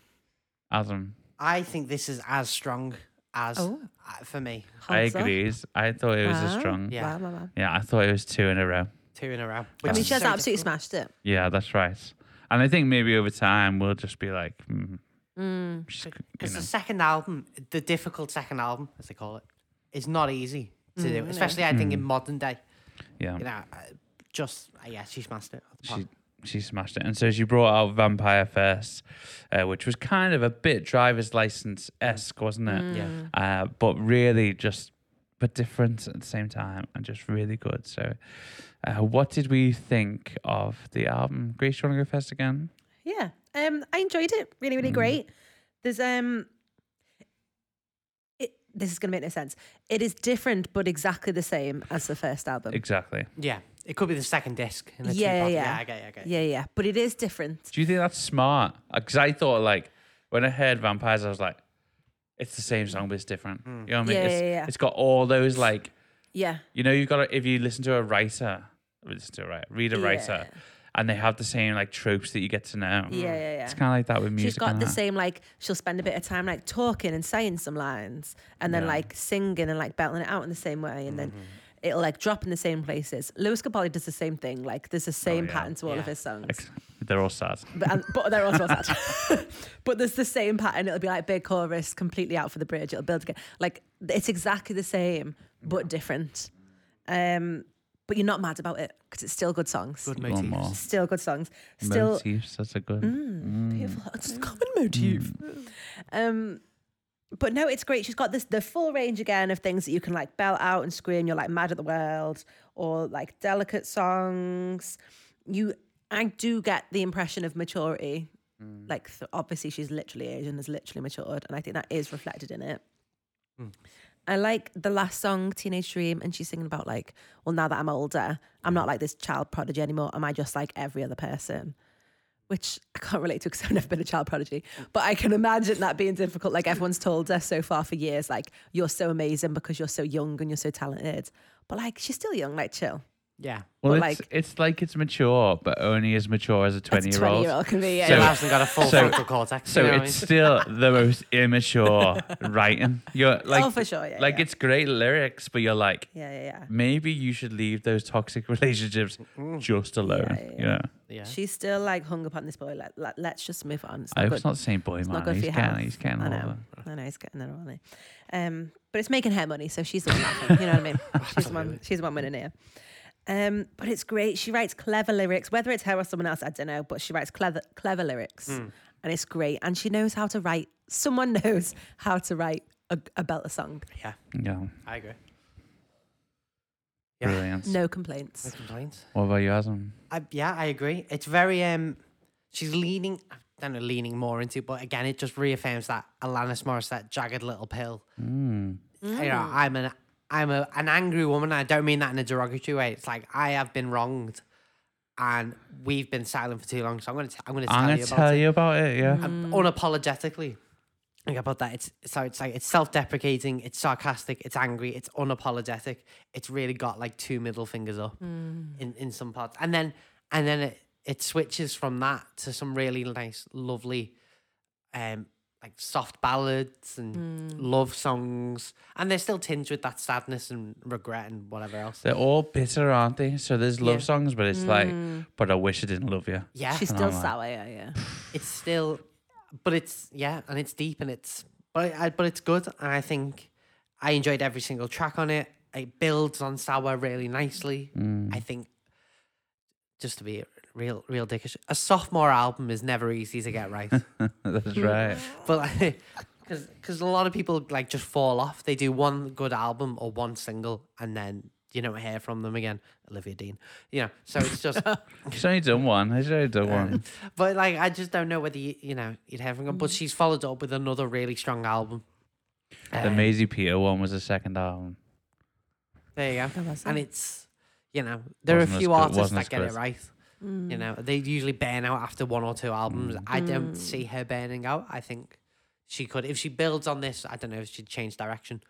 Speaker 1: Adam?
Speaker 2: I think this is as strong as
Speaker 4: Oh.
Speaker 2: uh, for me.
Speaker 1: I
Speaker 4: Holds up.
Speaker 1: agreed. I thought it was as
Speaker 4: Wow.
Speaker 1: strong.
Speaker 2: Yeah.
Speaker 4: Wow, wow, wow.
Speaker 1: yeah, I thought it was two in a row.
Speaker 2: Two in a row.
Speaker 4: I
Speaker 2: which
Speaker 4: mean,
Speaker 2: is
Speaker 4: she has
Speaker 2: so
Speaker 4: absolutely
Speaker 2: difficult.
Speaker 4: smashed it.
Speaker 1: Yeah, that's right. And I think maybe over time we'll just be like, mm, she's c- you
Speaker 2: Because
Speaker 1: know.
Speaker 2: the second album, the difficult second album, as they call it, is not easy to
Speaker 1: Mm,
Speaker 2: do. Especially, I think, in modern day.
Speaker 1: yeah,
Speaker 2: You know, uh, just, uh, yeah, she smashed it.
Speaker 1: Um, she she smashed it. And so she brought out Vampire first, uh, which was kind of a bit driver's license esque, wasn't
Speaker 4: Mm.
Speaker 1: it?
Speaker 2: Yeah.
Speaker 1: Uh, but really just but different at the same time and just really good. So, uh, what did we think of the album? Grace, you want to go first again?
Speaker 4: Yeah. Um, I enjoyed it. Really, really great. There's um it this is gonna make no sense. It is different but exactly the same as the first album.
Speaker 1: Exactly.
Speaker 2: Yeah. It could be the second disc. In the
Speaker 4: Yeah,
Speaker 2: teapot.
Speaker 4: yeah.
Speaker 2: yeah. I get it, I get it.
Speaker 4: yeah, yeah. But it is different.
Speaker 1: Do you think that's smart? Because I thought like when I heard vampires, I was like, it's the same song but it's different. You know what I mean?
Speaker 4: Yeah,
Speaker 1: it's,
Speaker 4: yeah, yeah.
Speaker 1: it's got all those like
Speaker 4: Yeah.
Speaker 1: you know you've got to, if you listen to a writer, listen to a writer, read a writer, and they have the same like tropes that you get to know.
Speaker 4: Yeah, yeah, yeah.
Speaker 1: It's kind of like that with music.
Speaker 4: She's got
Speaker 1: and
Speaker 4: the
Speaker 1: that.
Speaker 4: same like she'll spend a bit of time like talking and saying some lines and then
Speaker 1: Yeah. Mm-hmm.
Speaker 4: like singing and like belting it out in the same way and then it'll like drop in the same places. Lewis Capaldi does the same thing. Like there's the same
Speaker 1: Oh, yeah.
Speaker 4: pattern to all of
Speaker 2: Yeah.
Speaker 4: his songs.
Speaker 1: They're all sad.
Speaker 4: But, and, but
Speaker 1: [laughs]
Speaker 4: they're also sad. [laughs] but there's the same pattern. It'll be like big chorus, completely out for the bridge. It'll build again. Like it's exactly the same, but different. Um, but you're not mad about it because it's still good songs.
Speaker 2: Good
Speaker 1: One more.
Speaker 2: motifs.
Speaker 4: Still good songs. Still Mm-hmm. mm,
Speaker 1: Motifs, that's a good.
Speaker 4: beautiful.
Speaker 1: Mm.
Speaker 4: It's a common motif. Um, but no, it's great. She's got this the full range again of things that you can like bell out and scream. You're like mad at the world or like delicate songs. You, I do get the impression of maturity. Like th- obviously she's literally aged and has literally matured, and I think that is reflected in it. I like the last song, Teenage Dream, and she's singing about like, well, now that I'm older, I'm not like this child prodigy anymore. Am I just like every other person? Which I can't relate to because [laughs] I've never been a child prodigy. But I can imagine that being difficult. Like everyone's told us so far for years, like, you're so amazing because you're so young and you're so talented. But like, she's still young, like, chill.
Speaker 2: Yeah.
Speaker 1: Well,
Speaker 4: But
Speaker 1: it's,
Speaker 4: like-
Speaker 1: it's like it's mature, but only as mature as a 20 year old.
Speaker 4: year old can be, yeah.
Speaker 1: So-
Speaker 2: Still hasn't got a full
Speaker 1: so-
Speaker 2: frontal cortex.
Speaker 1: So
Speaker 2: you know what I
Speaker 1: it's
Speaker 2: mean?
Speaker 1: still the most immature writing. You're like,
Speaker 4: oh, for sure. Yeah.
Speaker 1: like
Speaker 4: yeah.
Speaker 1: it's great lyrics, but you're like,
Speaker 4: Yeah, yeah, yeah.
Speaker 1: maybe you should leave those toxic [laughs] relationships just alone.
Speaker 4: Yeah, yeah,
Speaker 1: You know,
Speaker 2: Mm. yeah.
Speaker 4: She's still like hung upon this boy. Like, let, let's just move on. It's not
Speaker 1: I
Speaker 4: good.
Speaker 1: was not saying boy,
Speaker 4: It's
Speaker 1: man.
Speaker 4: not good
Speaker 1: he's
Speaker 4: for your
Speaker 1: getting,
Speaker 4: health.
Speaker 1: he's getting
Speaker 4: I know.
Speaker 1: older.
Speaker 4: I know he's getting there, aren't they? Um, but it's making her money, so she's the one. laughing, you know what I mean? She's the one.
Speaker 2: Absolutely.
Speaker 4: She's the one winning here. Um, but it's great. She writes clever lyrics. Whether it's her or someone else, I don't know. But she writes clever, clever lyrics,
Speaker 1: Hmm.
Speaker 4: and it's great. And she knows how to write. Someone [laughs] knows how to write a, a belter song.
Speaker 2: yeah.
Speaker 1: Yeah,
Speaker 2: I agree. Yeah.
Speaker 1: brilliant.
Speaker 4: No complaints.
Speaker 2: No complaints.
Speaker 1: What about you, Adam?
Speaker 2: I, yeah, I agree. It's very um, she's leaning. I don't know, leaning more into, but again, it just reaffirms that Alanis Morissette jagged little pill.
Speaker 1: Hmm.
Speaker 2: You
Speaker 1: Mm.
Speaker 2: know, I'm an I'm a, an angry woman. I don't mean that in a derogatory way. It's like I have been wronged, and we've been silent for too long. So I'm gonna t- I'm gonna tell
Speaker 1: I'm
Speaker 2: you
Speaker 1: gonna
Speaker 2: about
Speaker 1: tell
Speaker 2: it
Speaker 1: you about it. Yeah.
Speaker 4: Mm.
Speaker 2: um, unapologetically. Think about that. It's so it's like it's self-deprecating, it's sarcastic, it's angry, it's unapologetic. It's really got like two middle fingers up in in some parts, and then and then it it switches from that to some really nice, lovely, um, like soft ballads and love songs, and they're still tinged with that sadness and regret and whatever else.
Speaker 1: They're all bitter, aren't they? So there's love
Speaker 2: Yeah.
Speaker 1: songs, but it's
Speaker 4: Mm.
Speaker 1: like, but I wish I didn't love you. [laughs]
Speaker 2: Yeah,
Speaker 4: She's
Speaker 1: And
Speaker 4: still
Speaker 1: I'm like-
Speaker 4: sour.
Speaker 1: [laughs]
Speaker 4: Yeah, yeah.
Speaker 2: it's still, but it's yeah, and it's deep and it's but I, but it's good. And I think I enjoyed every single track on it. It builds on Sour really nicely. I think just to be real, real dickish, a sophomore album is never easy to get right.
Speaker 1: That's
Speaker 4: Mm.
Speaker 1: right.
Speaker 2: but because because a lot of people like just fall off. They do one good album or one single, and then you don't hear from them again. Olivia Dean, you know. So it's just.
Speaker 1: She's only done one. She's only done one.
Speaker 2: But like, I just don't know whether you, you know you'd have him. But she's followed up with another really strong album.
Speaker 1: The
Speaker 2: Um,
Speaker 1: Maisie Peter one was the second album.
Speaker 2: There you
Speaker 4: Oh,
Speaker 2: go.
Speaker 4: that's
Speaker 2: And
Speaker 4: it.
Speaker 2: it's you know there are a
Speaker 1: Wasn't as
Speaker 2: few
Speaker 1: good-
Speaker 2: artists
Speaker 1: wasn't
Speaker 2: that
Speaker 1: as
Speaker 2: get it
Speaker 1: good.
Speaker 2: right.
Speaker 4: Mm.
Speaker 2: You know they usually burn out after one or two albums.
Speaker 1: Mm.
Speaker 2: I don't see her burning out. I think she could if she builds on this. I don't know if she'd change direction.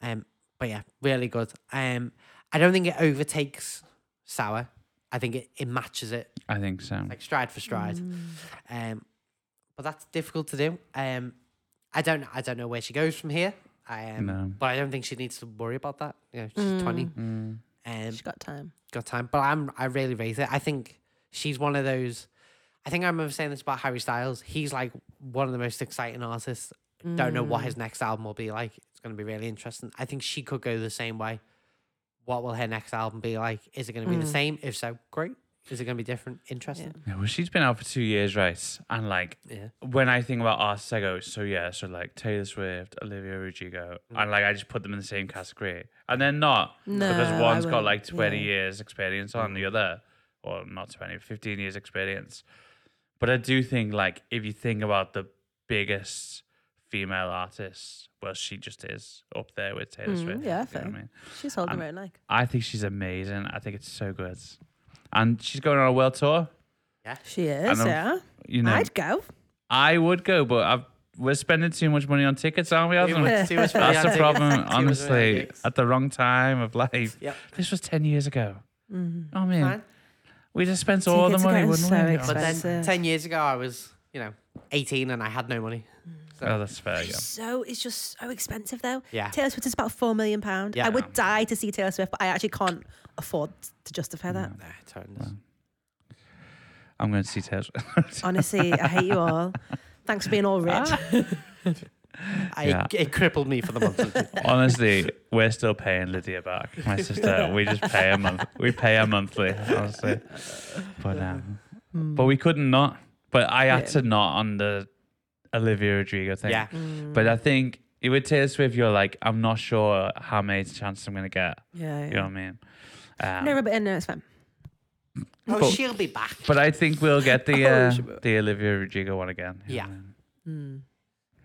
Speaker 2: Um, but yeah, really good. Um, I don't think it overtakes Sour. I think it, it matches it
Speaker 1: I think so.
Speaker 2: like stride for
Speaker 4: Hmm.
Speaker 2: stride. Um, but that's difficult to do. Um, I don't I don't know where she goes from here. I um,
Speaker 1: No.
Speaker 2: but I don't think she needs to worry about that. You know, she's twenty.
Speaker 1: Mm.
Speaker 2: Um,
Speaker 4: She's got time.
Speaker 2: got time. But I'm I really rate it. I think she's one of those. I think I remember saying this about Harry Styles. He's like one of the most exciting artists. Don't know what his next album will be like. It's going to be really interesting. I think she could go the same way. What will her next album be like? Is it going to be the same? If so, great. Is it going to be different? Interesting.
Speaker 1: Yeah, well, she's been out for two years, right? And like,
Speaker 2: yeah.
Speaker 1: when I think about artists, I go, so yeah, so like Taylor Swift, Olivia Rodrigo, and like I just put them in the same category, and they're not
Speaker 4: No, I
Speaker 1: because one's got
Speaker 4: wouldn't,
Speaker 1: like 20
Speaker 4: yeah.
Speaker 1: years experience on the other, or not 20, 15 years experience. But I do think like if you think about the biggest female artists, well, she just is up there with Taylor
Speaker 4: Mm,
Speaker 1: Swift. you
Speaker 4: yeah,
Speaker 1: know
Speaker 4: fair.
Speaker 1: what I mean?
Speaker 4: She's holding
Speaker 1: Um,
Speaker 4: her own. Like,
Speaker 1: I think she's amazing. I think it's so good, and she's going on a world tour.
Speaker 4: she is.
Speaker 1: I'm-
Speaker 4: Yeah.
Speaker 1: You know,
Speaker 4: I'd go.
Speaker 1: I would go, but I've, we're spending too much money on tickets, aren't we? Adam?
Speaker 2: much-
Speaker 1: [laughs]
Speaker 2: too much money
Speaker 1: That's
Speaker 2: on
Speaker 1: the
Speaker 2: tickets. Too
Speaker 1: problem,
Speaker 2: much money on
Speaker 1: honestly.
Speaker 2: gigs.
Speaker 1: At the wrong time of life.
Speaker 2: Yep.
Speaker 1: This was ten years ago.
Speaker 4: Mm.
Speaker 1: I mean,
Speaker 2: Fine.
Speaker 1: we just spent all the
Speaker 4: Tickets are
Speaker 1: money,
Speaker 4: getting
Speaker 1: wouldn't
Speaker 4: so
Speaker 1: we?
Speaker 4: expensive.
Speaker 2: But
Speaker 4: That's
Speaker 2: then
Speaker 4: it.
Speaker 2: ten years ago, I was you know eighteen and I had no money. So,
Speaker 1: Oh, that's fair. Yeah.
Speaker 4: So it's just so expensive though.
Speaker 2: Yeah.
Speaker 4: Taylor Swift is about four million pounds.
Speaker 2: Yeah.
Speaker 4: I would die to see Taylor Swift, but I actually can't afford to justify that.
Speaker 2: Nah, it's horrendous.
Speaker 1: Mm. I'm going to see Taylor.
Speaker 4: Honestly, I hate
Speaker 1: [laughs]
Speaker 4: you all. Thanks for being all rich.
Speaker 1: Ah.
Speaker 2: I,
Speaker 1: Yeah.
Speaker 2: It crippled me for the month.
Speaker 1: [laughs] [laughs] Honestly, we're still paying Lydia back. My sister, we just pay a month. We pay her monthly, honestly. But um,
Speaker 4: Mm.
Speaker 1: but we couldn't not. But I had to not on the Olivia Rodrigo thing.
Speaker 2: yeah.
Speaker 1: But I think it with Taylor Swift, you're like, I'm not sure how many chances I'm gonna get.
Speaker 4: yeah.
Speaker 1: You know what I mean? Um,
Speaker 4: No, rub it in. No, it's fine.
Speaker 2: Oh,
Speaker 1: But-
Speaker 2: she'll be back.
Speaker 1: but I think we'll get the
Speaker 2: Oh,
Speaker 1: uh,
Speaker 2: she will.
Speaker 1: the Olivia Rodrigo one again. you know
Speaker 2: Yeah.
Speaker 1: what I mean?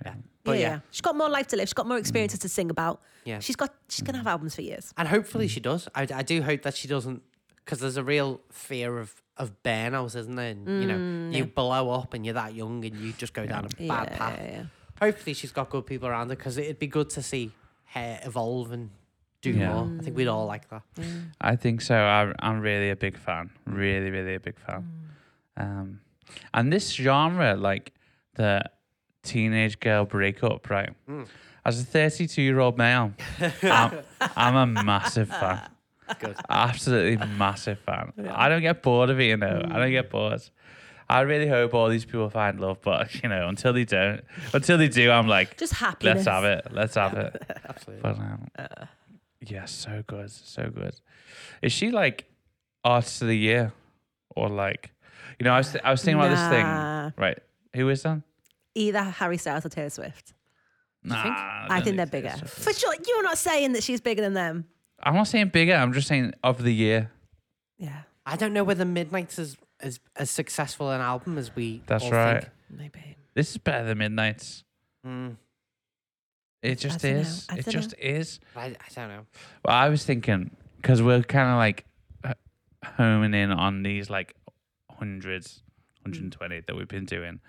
Speaker 2: Yeah. But Hmm. yeah.
Speaker 4: yeah, she's got more life to live. She's got more
Speaker 1: Mm.
Speaker 4: experiences to sing about.
Speaker 2: Yeah.
Speaker 4: she's got. She's gonna have albums for years.
Speaker 2: And hopefully
Speaker 1: Mm.
Speaker 2: she does. I, I do hope that she doesn't, because there's a real fear of, of burnout, isn't there? And, you know, you blow up and you're that young and you just go down a
Speaker 4: Mm, Yeah,
Speaker 2: bad path.
Speaker 4: yeah, yeah.
Speaker 2: Hopefully she's got good people around her because it'd be good to see her evolve and do
Speaker 1: Yeah.
Speaker 2: more. I think we'd
Speaker 4: Mm.
Speaker 2: all like that.
Speaker 1: I think so. I, I'm really a big fan. Really, really a big fan.
Speaker 4: Mm.
Speaker 1: Um, and this genre, like the teenage girl breakup, right? As a 32 year old male, I'm, I'm a massive fan.
Speaker 2: Good.
Speaker 1: Absolutely massive fan. I don't get bored of it, you know. I don't get bored. I really hope all these people find love, but you know, until they don't, until they do, I'm like,
Speaker 4: Just happiness.
Speaker 1: let's have it, let's have it.
Speaker 2: Absolutely.
Speaker 1: But um,
Speaker 4: Uh.
Speaker 1: yeah, so good, so good. Is she like artist of the year or like, you know, I was th- I was thinking about this
Speaker 4: Nah.
Speaker 1: thing, right? Who is that?
Speaker 4: Either Harry Styles or Taylor Swift.
Speaker 1: Nah,
Speaker 2: think?
Speaker 4: I
Speaker 1: don't
Speaker 4: think they're bigger.
Speaker 1: Taylor Swift.
Speaker 4: For sure, you're not saying that she's bigger than them.
Speaker 1: I'm not saying bigger. I'm just saying of the year.
Speaker 4: Yeah,
Speaker 2: I don't know whether Midnight's is as as successful an album as we.
Speaker 1: That's
Speaker 2: all
Speaker 1: right.
Speaker 2: Think.
Speaker 4: maybe.
Speaker 1: This is better than Midnight's.
Speaker 2: Mm,
Speaker 1: It just
Speaker 4: dunno,
Speaker 1: is.
Speaker 4: I
Speaker 1: It
Speaker 4: dunno.
Speaker 1: just is.
Speaker 2: I, I don't know.
Speaker 1: Well, I was thinking because we're kind of like h- homing in on these like hundreds, 120 that we've been doing.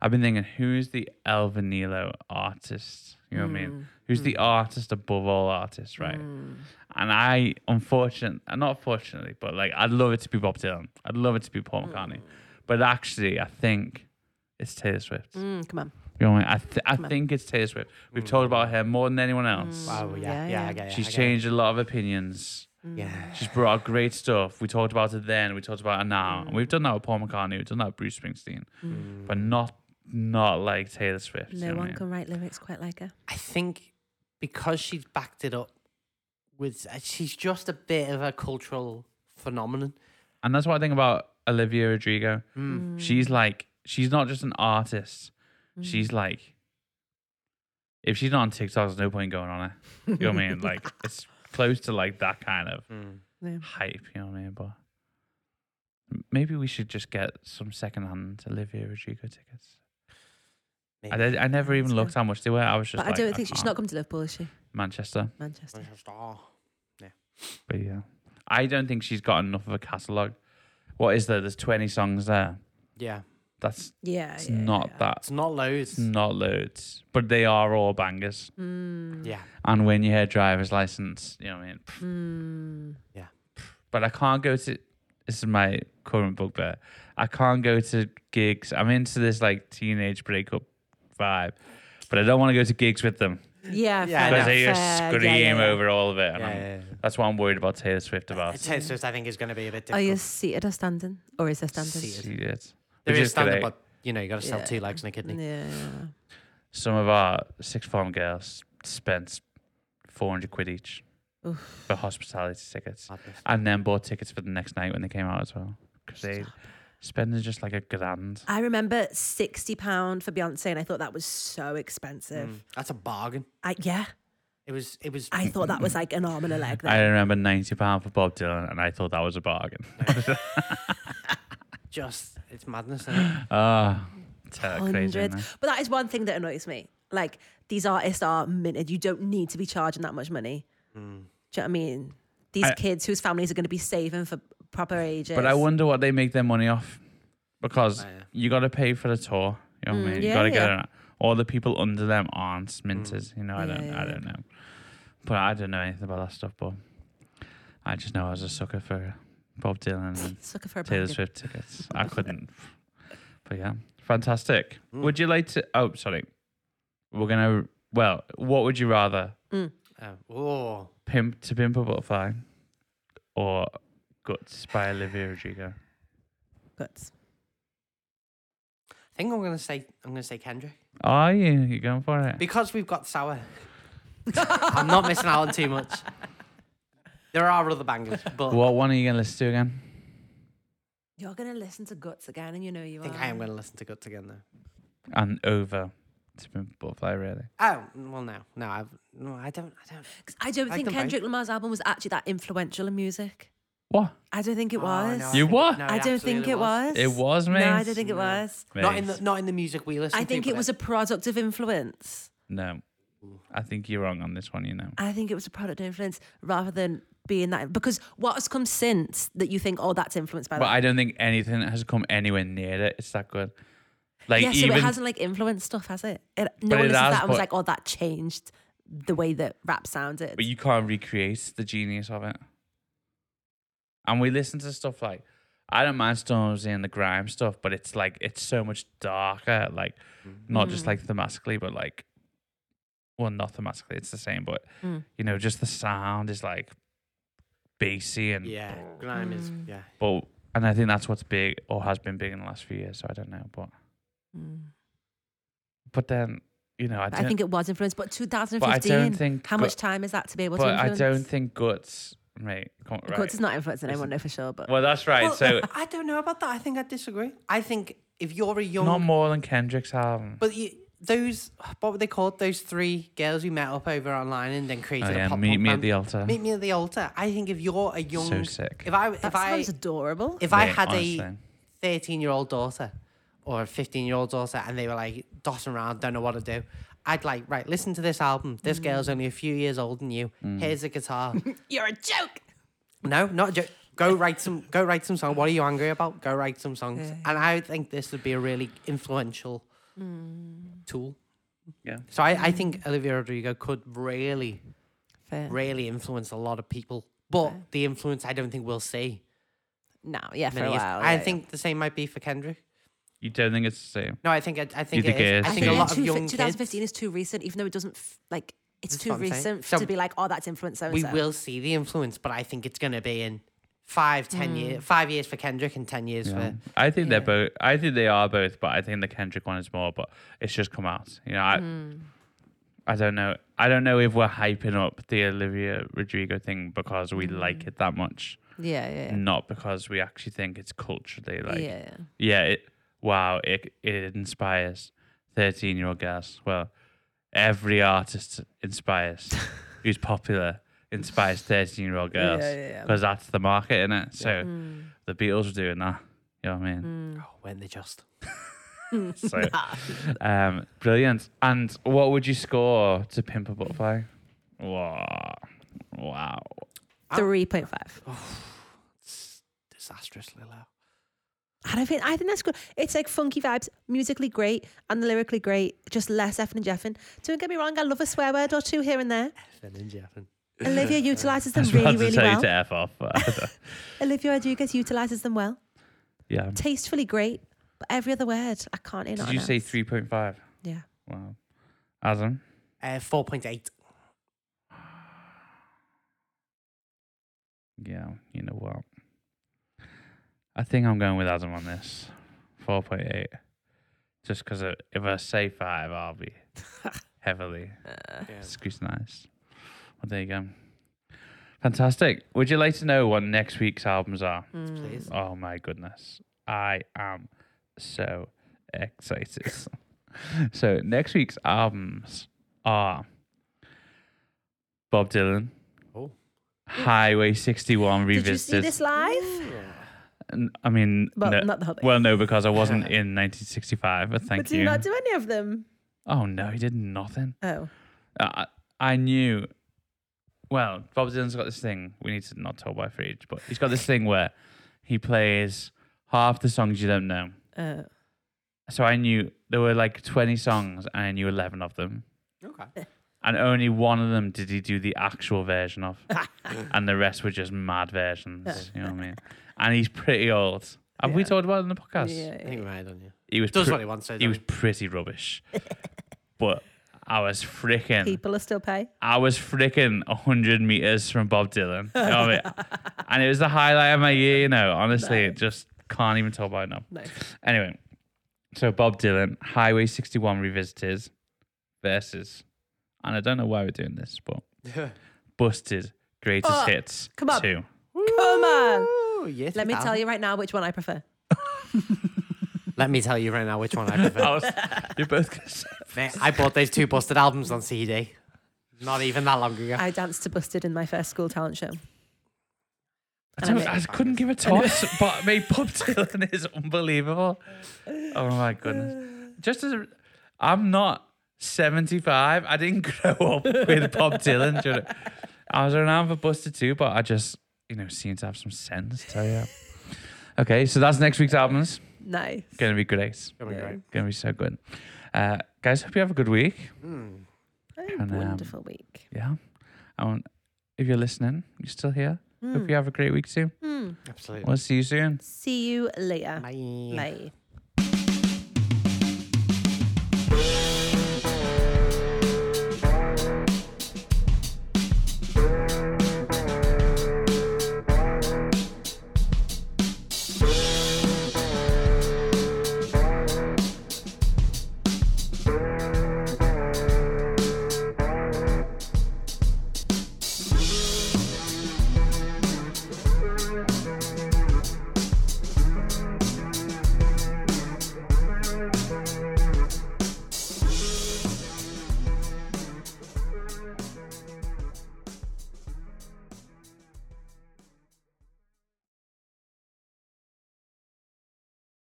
Speaker 1: I've been thinking, who's the Elvanilo artist? You know what
Speaker 4: Mm.
Speaker 1: I mean? Who's the artist above all artists, right? And I, unfortunately, not fortunately, but like, I'd love it to be Bob Dylan. I'd love it to be
Speaker 4: Mm.
Speaker 1: Paul McCartney. But actually, I think it's Taylor Swift.
Speaker 4: Mm, come on.
Speaker 1: You know what I mean? I, th- I think it's Taylor Swift. We've talked about her more than anyone else.
Speaker 2: Wow. Oh,
Speaker 4: yeah,
Speaker 2: Yeah. Mm, Yeah.
Speaker 4: yeah.
Speaker 2: I get it,
Speaker 1: She's
Speaker 2: I get it.
Speaker 1: changed a lot of opinions.
Speaker 4: Mm.
Speaker 2: Yeah.
Speaker 1: She's brought out great stuff. We talked about it then. We talked about it now. We've done that with Paul McCartney. We've done that with Bruce Springsteen, but not not like Taylor Swift. you know
Speaker 4: Mm. No
Speaker 1: what I
Speaker 4: one
Speaker 1: mean?
Speaker 4: can write lyrics quite like her.
Speaker 2: I think because she's backed it up with, uh, she's just a bit of a cultural phenomenon. Mm.
Speaker 1: And that's what I think about Olivia Rodrigo. Mm.
Speaker 4: Mm.
Speaker 1: She's like she's not just an artist. She's like if she's not on TikTok, there's no point going on her. You know what
Speaker 4: [laughs]
Speaker 1: I mean? Like it's close to like that kind of
Speaker 2: Mm,
Speaker 4: No.
Speaker 1: hype. You know what I mean? But m- maybe we should just get some secondhand Olivia Rodrigo tickets. I, did, I never even
Speaker 4: That's
Speaker 1: looked how much they were. I was just.
Speaker 4: But I
Speaker 1: like,
Speaker 4: don't think she's
Speaker 1: can't.
Speaker 4: not come to Liverpool, is she?
Speaker 1: Manchester.
Speaker 4: Manchester.
Speaker 1: But yeah, I don't think she's got enough of a catalog. What is there? There's 20 songs there.
Speaker 2: Yeah.
Speaker 1: That's
Speaker 4: Yeah,
Speaker 1: it's
Speaker 4: Uh, yeah,
Speaker 1: not
Speaker 4: yeah.
Speaker 1: that.
Speaker 2: It's not loads.
Speaker 1: It's not loads, but they are all bangers.
Speaker 4: Mm.
Speaker 2: Yeah.
Speaker 1: And when you hear driver's license, you know what I mean. Pff.
Speaker 4: Mm.
Speaker 2: Yeah.
Speaker 1: But I can't go to. This is my current bugbear. I can't go to gigs. I'm into this like teenage breakup vibe, but I don't want to go to gigs with them
Speaker 4: Yeah,
Speaker 2: Yeah, I
Speaker 1: because
Speaker 2: know.
Speaker 1: they just
Speaker 4: fair,
Speaker 1: scream
Speaker 4: yeah, yeah, yeah.
Speaker 1: over all of it. And
Speaker 2: Yeah,
Speaker 1: I'm-
Speaker 2: yeah, yeah.
Speaker 1: That's what I'm worried about Taylor Swift about.
Speaker 2: Taylor Swift, I think, is going to be a bit
Speaker 4: Are
Speaker 2: difficult.
Speaker 4: you Oh, seated or standing? Or is there standing?
Speaker 2: Seated.
Speaker 1: She did.
Speaker 2: there
Speaker 1: Which
Speaker 2: is
Speaker 1: is great.
Speaker 2: standard, but you know, you got to sell
Speaker 4: Yeah.
Speaker 2: two legs and a kidney.
Speaker 4: Yeah.
Speaker 1: Some of our sixth form girls spent 400 quid each for hospitality tickets
Speaker 2: Madness.
Speaker 1: and then bought tickets for the next night when they came out as well. Because they spending just like a grand.
Speaker 4: I remember sixty pound for Beyonce, and I thought that was so expensive.
Speaker 2: Mm. That's a bargain.
Speaker 4: I yeah,
Speaker 2: It was. It was.
Speaker 4: I thought that was like an arm and a leg. Then.
Speaker 1: I remember 90 pound for Bob Dylan and I thought that was a bargain.
Speaker 2: just. It's madness. Isn't it?
Speaker 1: [gasps] Ah, oh, crazy. isn't it?
Speaker 4: hundreds. But that is one thing that annoys me. Like these artists are minted. You don't need to be charging that much money.
Speaker 2: Mm.
Speaker 4: Do you know what I mean? These
Speaker 1: I-
Speaker 4: kids whose families are going to be saving for proper ages.
Speaker 1: But I wonder what they make their money off because
Speaker 2: Oh, yeah.
Speaker 1: you got to pay for the tour. You know what I mean? you
Speaker 4: Mm, yeah,
Speaker 1: got to get
Speaker 4: yeah. Mm.
Speaker 1: it. All the people under them aren't minters. You know, I
Speaker 4: Yeah,
Speaker 1: don't,
Speaker 4: yeah,
Speaker 1: I
Speaker 4: yeah.
Speaker 1: don't know. But I don't know anything about that stuff. But I just know I was a sucker for Bob Dylan
Speaker 4: [laughs]
Speaker 1: and
Speaker 4: sucker for a
Speaker 1: Taylor
Speaker 4: bargain.
Speaker 1: Swift
Speaker 4: [laughs] Mm.
Speaker 2: mm.
Speaker 1: tickets. I couldn't. But yeah, fantastic. Would you like to? Oh, sorry. We're gonna. Well, what would you rather,
Speaker 4: Mm,
Speaker 2: Oh, oh.
Speaker 1: pimp to pimp a butterfly, or guts by Olivia
Speaker 4: [sighs]
Speaker 1: Rodrigo?
Speaker 4: Guts.
Speaker 2: I think I'm gonna say I'm gonna say Kendrick
Speaker 1: Are you? You going for it?
Speaker 2: because we've
Speaker 1: [laughs]
Speaker 2: got sour. I'm not missing out on too much. There are
Speaker 1: [laughs]
Speaker 2: other bangers, but
Speaker 1: What one are you gonna listen to again?
Speaker 4: You're gonna listen to guts again, and you know you
Speaker 2: I think
Speaker 4: are.
Speaker 2: I am gonna listen to Guts again though.
Speaker 1: And over to pimp a butterfly, really?
Speaker 2: Oh well, no, no, I, no, I don't, I don't.
Speaker 4: 'Cause I don't
Speaker 2: Like
Speaker 4: think
Speaker 2: them both.
Speaker 4: Kendrick Lamar's album was actually that influential in music.
Speaker 1: What?
Speaker 4: I don't think it
Speaker 2: Oh,
Speaker 4: was.
Speaker 2: no, I
Speaker 1: You
Speaker 2: think-
Speaker 1: what?
Speaker 2: no,
Speaker 4: I don't think
Speaker 2: absolutely
Speaker 4: it was.
Speaker 1: It was,
Speaker 4: No,
Speaker 1: mate.
Speaker 4: I don't think it was.
Speaker 2: Not in the not in the music we listen.
Speaker 4: I think
Speaker 2: to,
Speaker 4: it
Speaker 2: but
Speaker 4: was a product of influence.
Speaker 1: No. I think you're wrong on this one, you know.
Speaker 4: I think it was a product of influence rather than being that. Because what has come since that you think, oh, that's influenced by
Speaker 1: But
Speaker 4: that?
Speaker 1: I don't think anything has come anywhere near it. It's that good. Like
Speaker 4: yeah, so
Speaker 1: even
Speaker 4: it hasn't like influenced stuff, has it? it no
Speaker 1: But
Speaker 4: one
Speaker 1: it
Speaker 4: listens to
Speaker 1: has,
Speaker 4: that and was
Speaker 1: but-
Speaker 4: like, oh, that changed the way that rap sounded.
Speaker 1: but you can't recreate the genius of it. And we listen to stuff like I don't mind Stormzy and the grime stuff, but it's like it's so much darker, like
Speaker 2: mm.
Speaker 1: not
Speaker 4: Mm.
Speaker 1: just like thematically, but like well, not thematically, it's the same, but
Speaker 4: Mm.
Speaker 1: you know, just the sound is like bassy and
Speaker 2: Yeah, grime is
Speaker 4: Mm.
Speaker 2: yeah.
Speaker 1: but and I think that's what's big or has been big in the last few years, so I don't know. But
Speaker 4: Mm.
Speaker 1: but then, you know, I
Speaker 4: But I,
Speaker 1: don't
Speaker 4: think it was influenced. But 2015,
Speaker 1: but I don't think
Speaker 4: how
Speaker 1: Gu-
Speaker 4: much time is that to be able to
Speaker 1: but I
Speaker 4: influence?
Speaker 1: don't think guts mate come, right.
Speaker 4: Guts is not influencing
Speaker 1: Listen.
Speaker 4: anyone, no, for sure. But
Speaker 1: Well, that's right.
Speaker 2: Well,
Speaker 1: so
Speaker 2: I don't know about that. I think I disagree. I think if [laughs] you're a young,
Speaker 1: not more than Kendrick's album.
Speaker 2: but you, those what were they called? Those three girls we met up over online and then
Speaker 1: Oh,
Speaker 2: created a
Speaker 1: yeah,
Speaker 2: pop
Speaker 1: meet
Speaker 2: punk
Speaker 1: me at
Speaker 2: band.
Speaker 1: the altar.
Speaker 2: meet me at the altar. I think if you're a young,
Speaker 1: So sick.
Speaker 2: If I if
Speaker 4: that
Speaker 2: I
Speaker 4: sounds adorable.
Speaker 2: if I
Speaker 1: Mate,
Speaker 2: had a
Speaker 1: honestly.
Speaker 2: 13 year old daughter or a 15 year old daughter and they were like dotting around, don't know what to do, I'd like, right, listen to this album. This
Speaker 4: Mm.
Speaker 2: girl's only a few years older than you.
Speaker 1: Mm.
Speaker 2: Here's a guitar.
Speaker 4: You're a joke.
Speaker 2: no, not a joke. Go write some. Go write some songs. What are you angry about? Go write some songs.
Speaker 4: Yeah.
Speaker 2: And I think this would be a really influential
Speaker 4: Mm.
Speaker 2: tool.
Speaker 1: Yeah.
Speaker 2: So I, I think Olivia Rodrigo could really,
Speaker 4: Fair.
Speaker 2: really influence a lot of people. But the influence I don't think we'll see.
Speaker 4: No, yeah, for
Speaker 2: many
Speaker 4: a
Speaker 2: years.
Speaker 4: while.
Speaker 2: I
Speaker 4: yeah,
Speaker 2: think the same might be for Kendrick.
Speaker 1: You don't think it's the same?
Speaker 2: No, I think I, I think,
Speaker 1: think it
Speaker 2: it
Speaker 1: is?
Speaker 2: is. I
Speaker 1: I
Speaker 2: think a
Speaker 1: think
Speaker 2: lot of
Speaker 4: two-
Speaker 2: young
Speaker 4: 2015
Speaker 2: kids.
Speaker 4: is too recent, even though it doesn't f- like it's
Speaker 2: That's
Speaker 4: too
Speaker 2: what I'm saying.
Speaker 4: recent f-
Speaker 2: So-
Speaker 4: to be like, oh, that's influenced. So
Speaker 2: We will see the influence, but I think it's going to be in five,
Speaker 4: Mm.
Speaker 2: ten years. Five years for Kendrick and ten years
Speaker 1: Yeah.
Speaker 2: for.
Speaker 1: I think
Speaker 4: Yeah.
Speaker 1: they're both. I think they are both, but I think the Kendrick one is more. But it's just come out. You know, I,
Speaker 2: Hmm.
Speaker 1: I don't know. I don't know if we're hyping up the Olivia Rodrigo thing because we
Speaker 2: Hmm.
Speaker 1: like it that much,
Speaker 4: Yeah, yeah,
Speaker 1: not because we actually think it's culturally Mm, like. Yeah.
Speaker 4: yeah.
Speaker 1: it, wow. It it inspires thirteen year old girls. Well, every artist
Speaker 4: [laughs]
Speaker 1: inspires who's popular inspires thirteen year old girls because
Speaker 4: yeah, Mm.
Speaker 1: that's the market in it. So the Beatles were doing that. You know what I mean?
Speaker 2: Oh, when they just.
Speaker 1: So,
Speaker 4: Mm. Ah. [laughs]
Speaker 1: um, brilliant. And what would you score to Pimp a Butterfly? Wow. [laughs] Wow.
Speaker 4: Three point five.
Speaker 2: Oh, It's disastrously low.
Speaker 4: I don't think I think that's good. It's like funky vibes, musically great and lyrically great, just less effing and jeffing. Don't get me wrong, I love a swear word or two here and there. Olivia utilizes
Speaker 1: I
Speaker 4: them
Speaker 1: was about
Speaker 4: really,
Speaker 1: to
Speaker 4: really
Speaker 1: tell
Speaker 4: well.
Speaker 1: you to F off. but [laughs] I don't-
Speaker 4: Olivia Rodriguez utilizes them well.
Speaker 1: yeah.
Speaker 4: Tastefully great, but every other word I can't hear.
Speaker 1: Did
Speaker 4: not
Speaker 1: you say
Speaker 4: announced. [laughs]
Speaker 1: 3.5?
Speaker 4: Yeah.
Speaker 1: Wow. Adam?
Speaker 2: Uh, Four point eight.
Speaker 1: Yeah, you know what? I think I'm going with Adam on this. 4.8. Just because if I say 5, I'll be heavily scrutinized. Well, there you go. Fantastic. Would you like to know what next week's albums are?
Speaker 2: Please.
Speaker 1: Oh my goodness. I am so excited. [laughs] so next week's albums are Bob Dylan.
Speaker 2: Oh.
Speaker 1: Highway 61
Speaker 4: Did you see
Speaker 1: Revisited.
Speaker 4: this live?
Speaker 1: N- I mean,
Speaker 4: Well,
Speaker 1: no-
Speaker 4: not the Hobbit.
Speaker 1: well, no, because I wasn't in 1965, but thank
Speaker 4: but did you
Speaker 1: you.
Speaker 4: not do any of them?
Speaker 1: oh, no, he did nothing.
Speaker 4: Oh.
Speaker 1: I I knew. Well, Bob Dylan's got this thing. We need to not talk by Fridge, but he's got this thing where he plays half the songs you don't know.
Speaker 4: Uh,
Speaker 1: So I knew there were like 20 songs, and I knew 11 of them,
Speaker 2: Okay.
Speaker 1: and only one of them did he do the actual version of, and the rest were just mad versions. You know what I mean? And he's pretty old. Have we
Speaker 4: Yeah.
Speaker 1: talked about it in the podcast?
Speaker 2: I think we might on you.
Speaker 1: He was
Speaker 2: Does
Speaker 1: pre-
Speaker 2: what he wants. So
Speaker 1: he was pretty rubbish, but I was freaking,
Speaker 4: People are still pay.
Speaker 1: I was freaking 100 meters from Bob Dylan. You know what I mean? and it was the highlight of my year, you know. Honestly, it just can't even talk about it now. [laughs]
Speaker 4: No.
Speaker 1: Anyway, so Bob Dylan, Highway 61 Revisited versus, and I don't know why we're doing this, but
Speaker 2: [laughs]
Speaker 1: Busted Greatest
Speaker 4: Oh,
Speaker 1: Hits
Speaker 4: come on. [laughs]
Speaker 1: 2.
Speaker 4: Come on.
Speaker 2: Ooh, yes,
Speaker 4: Let me
Speaker 2: pal.
Speaker 4: tell you right now which one I prefer.
Speaker 2: Let me tell you right now which one [laughs] I prefer.
Speaker 1: I was, Oh, you're both going to say.
Speaker 2: Mate, I bought those two busted albums on CD. Not even that long ago.
Speaker 4: I danced to Busted in my first school talent show.
Speaker 1: I,
Speaker 4: And
Speaker 1: don't- I couldn't give a toss, but mate, Bob Dylan is unbelievable. Oh my goodness! Just as a, I'm not 75, I didn't [laughs] grow up with Bob Dylan. do you know? I was around for Buster too, but I just you know seem to have some sense. Tell you. Okay, so that's next week's albums.
Speaker 4: Nice.
Speaker 1: Gonna be great.
Speaker 2: Gonna be great.
Speaker 1: Gonna be so good. Uh, guys, hope you have a good week.
Speaker 2: Hmm,
Speaker 4: Oh,
Speaker 1: And, um,
Speaker 4: wonderful week.
Speaker 1: Yeah. I want, if you're listening, you're still here.
Speaker 4: Hmm,
Speaker 1: Hope you have a great week too.
Speaker 2: Absolutely.
Speaker 1: We'll see you soon.
Speaker 4: See you later.
Speaker 2: Bye.
Speaker 4: Bye.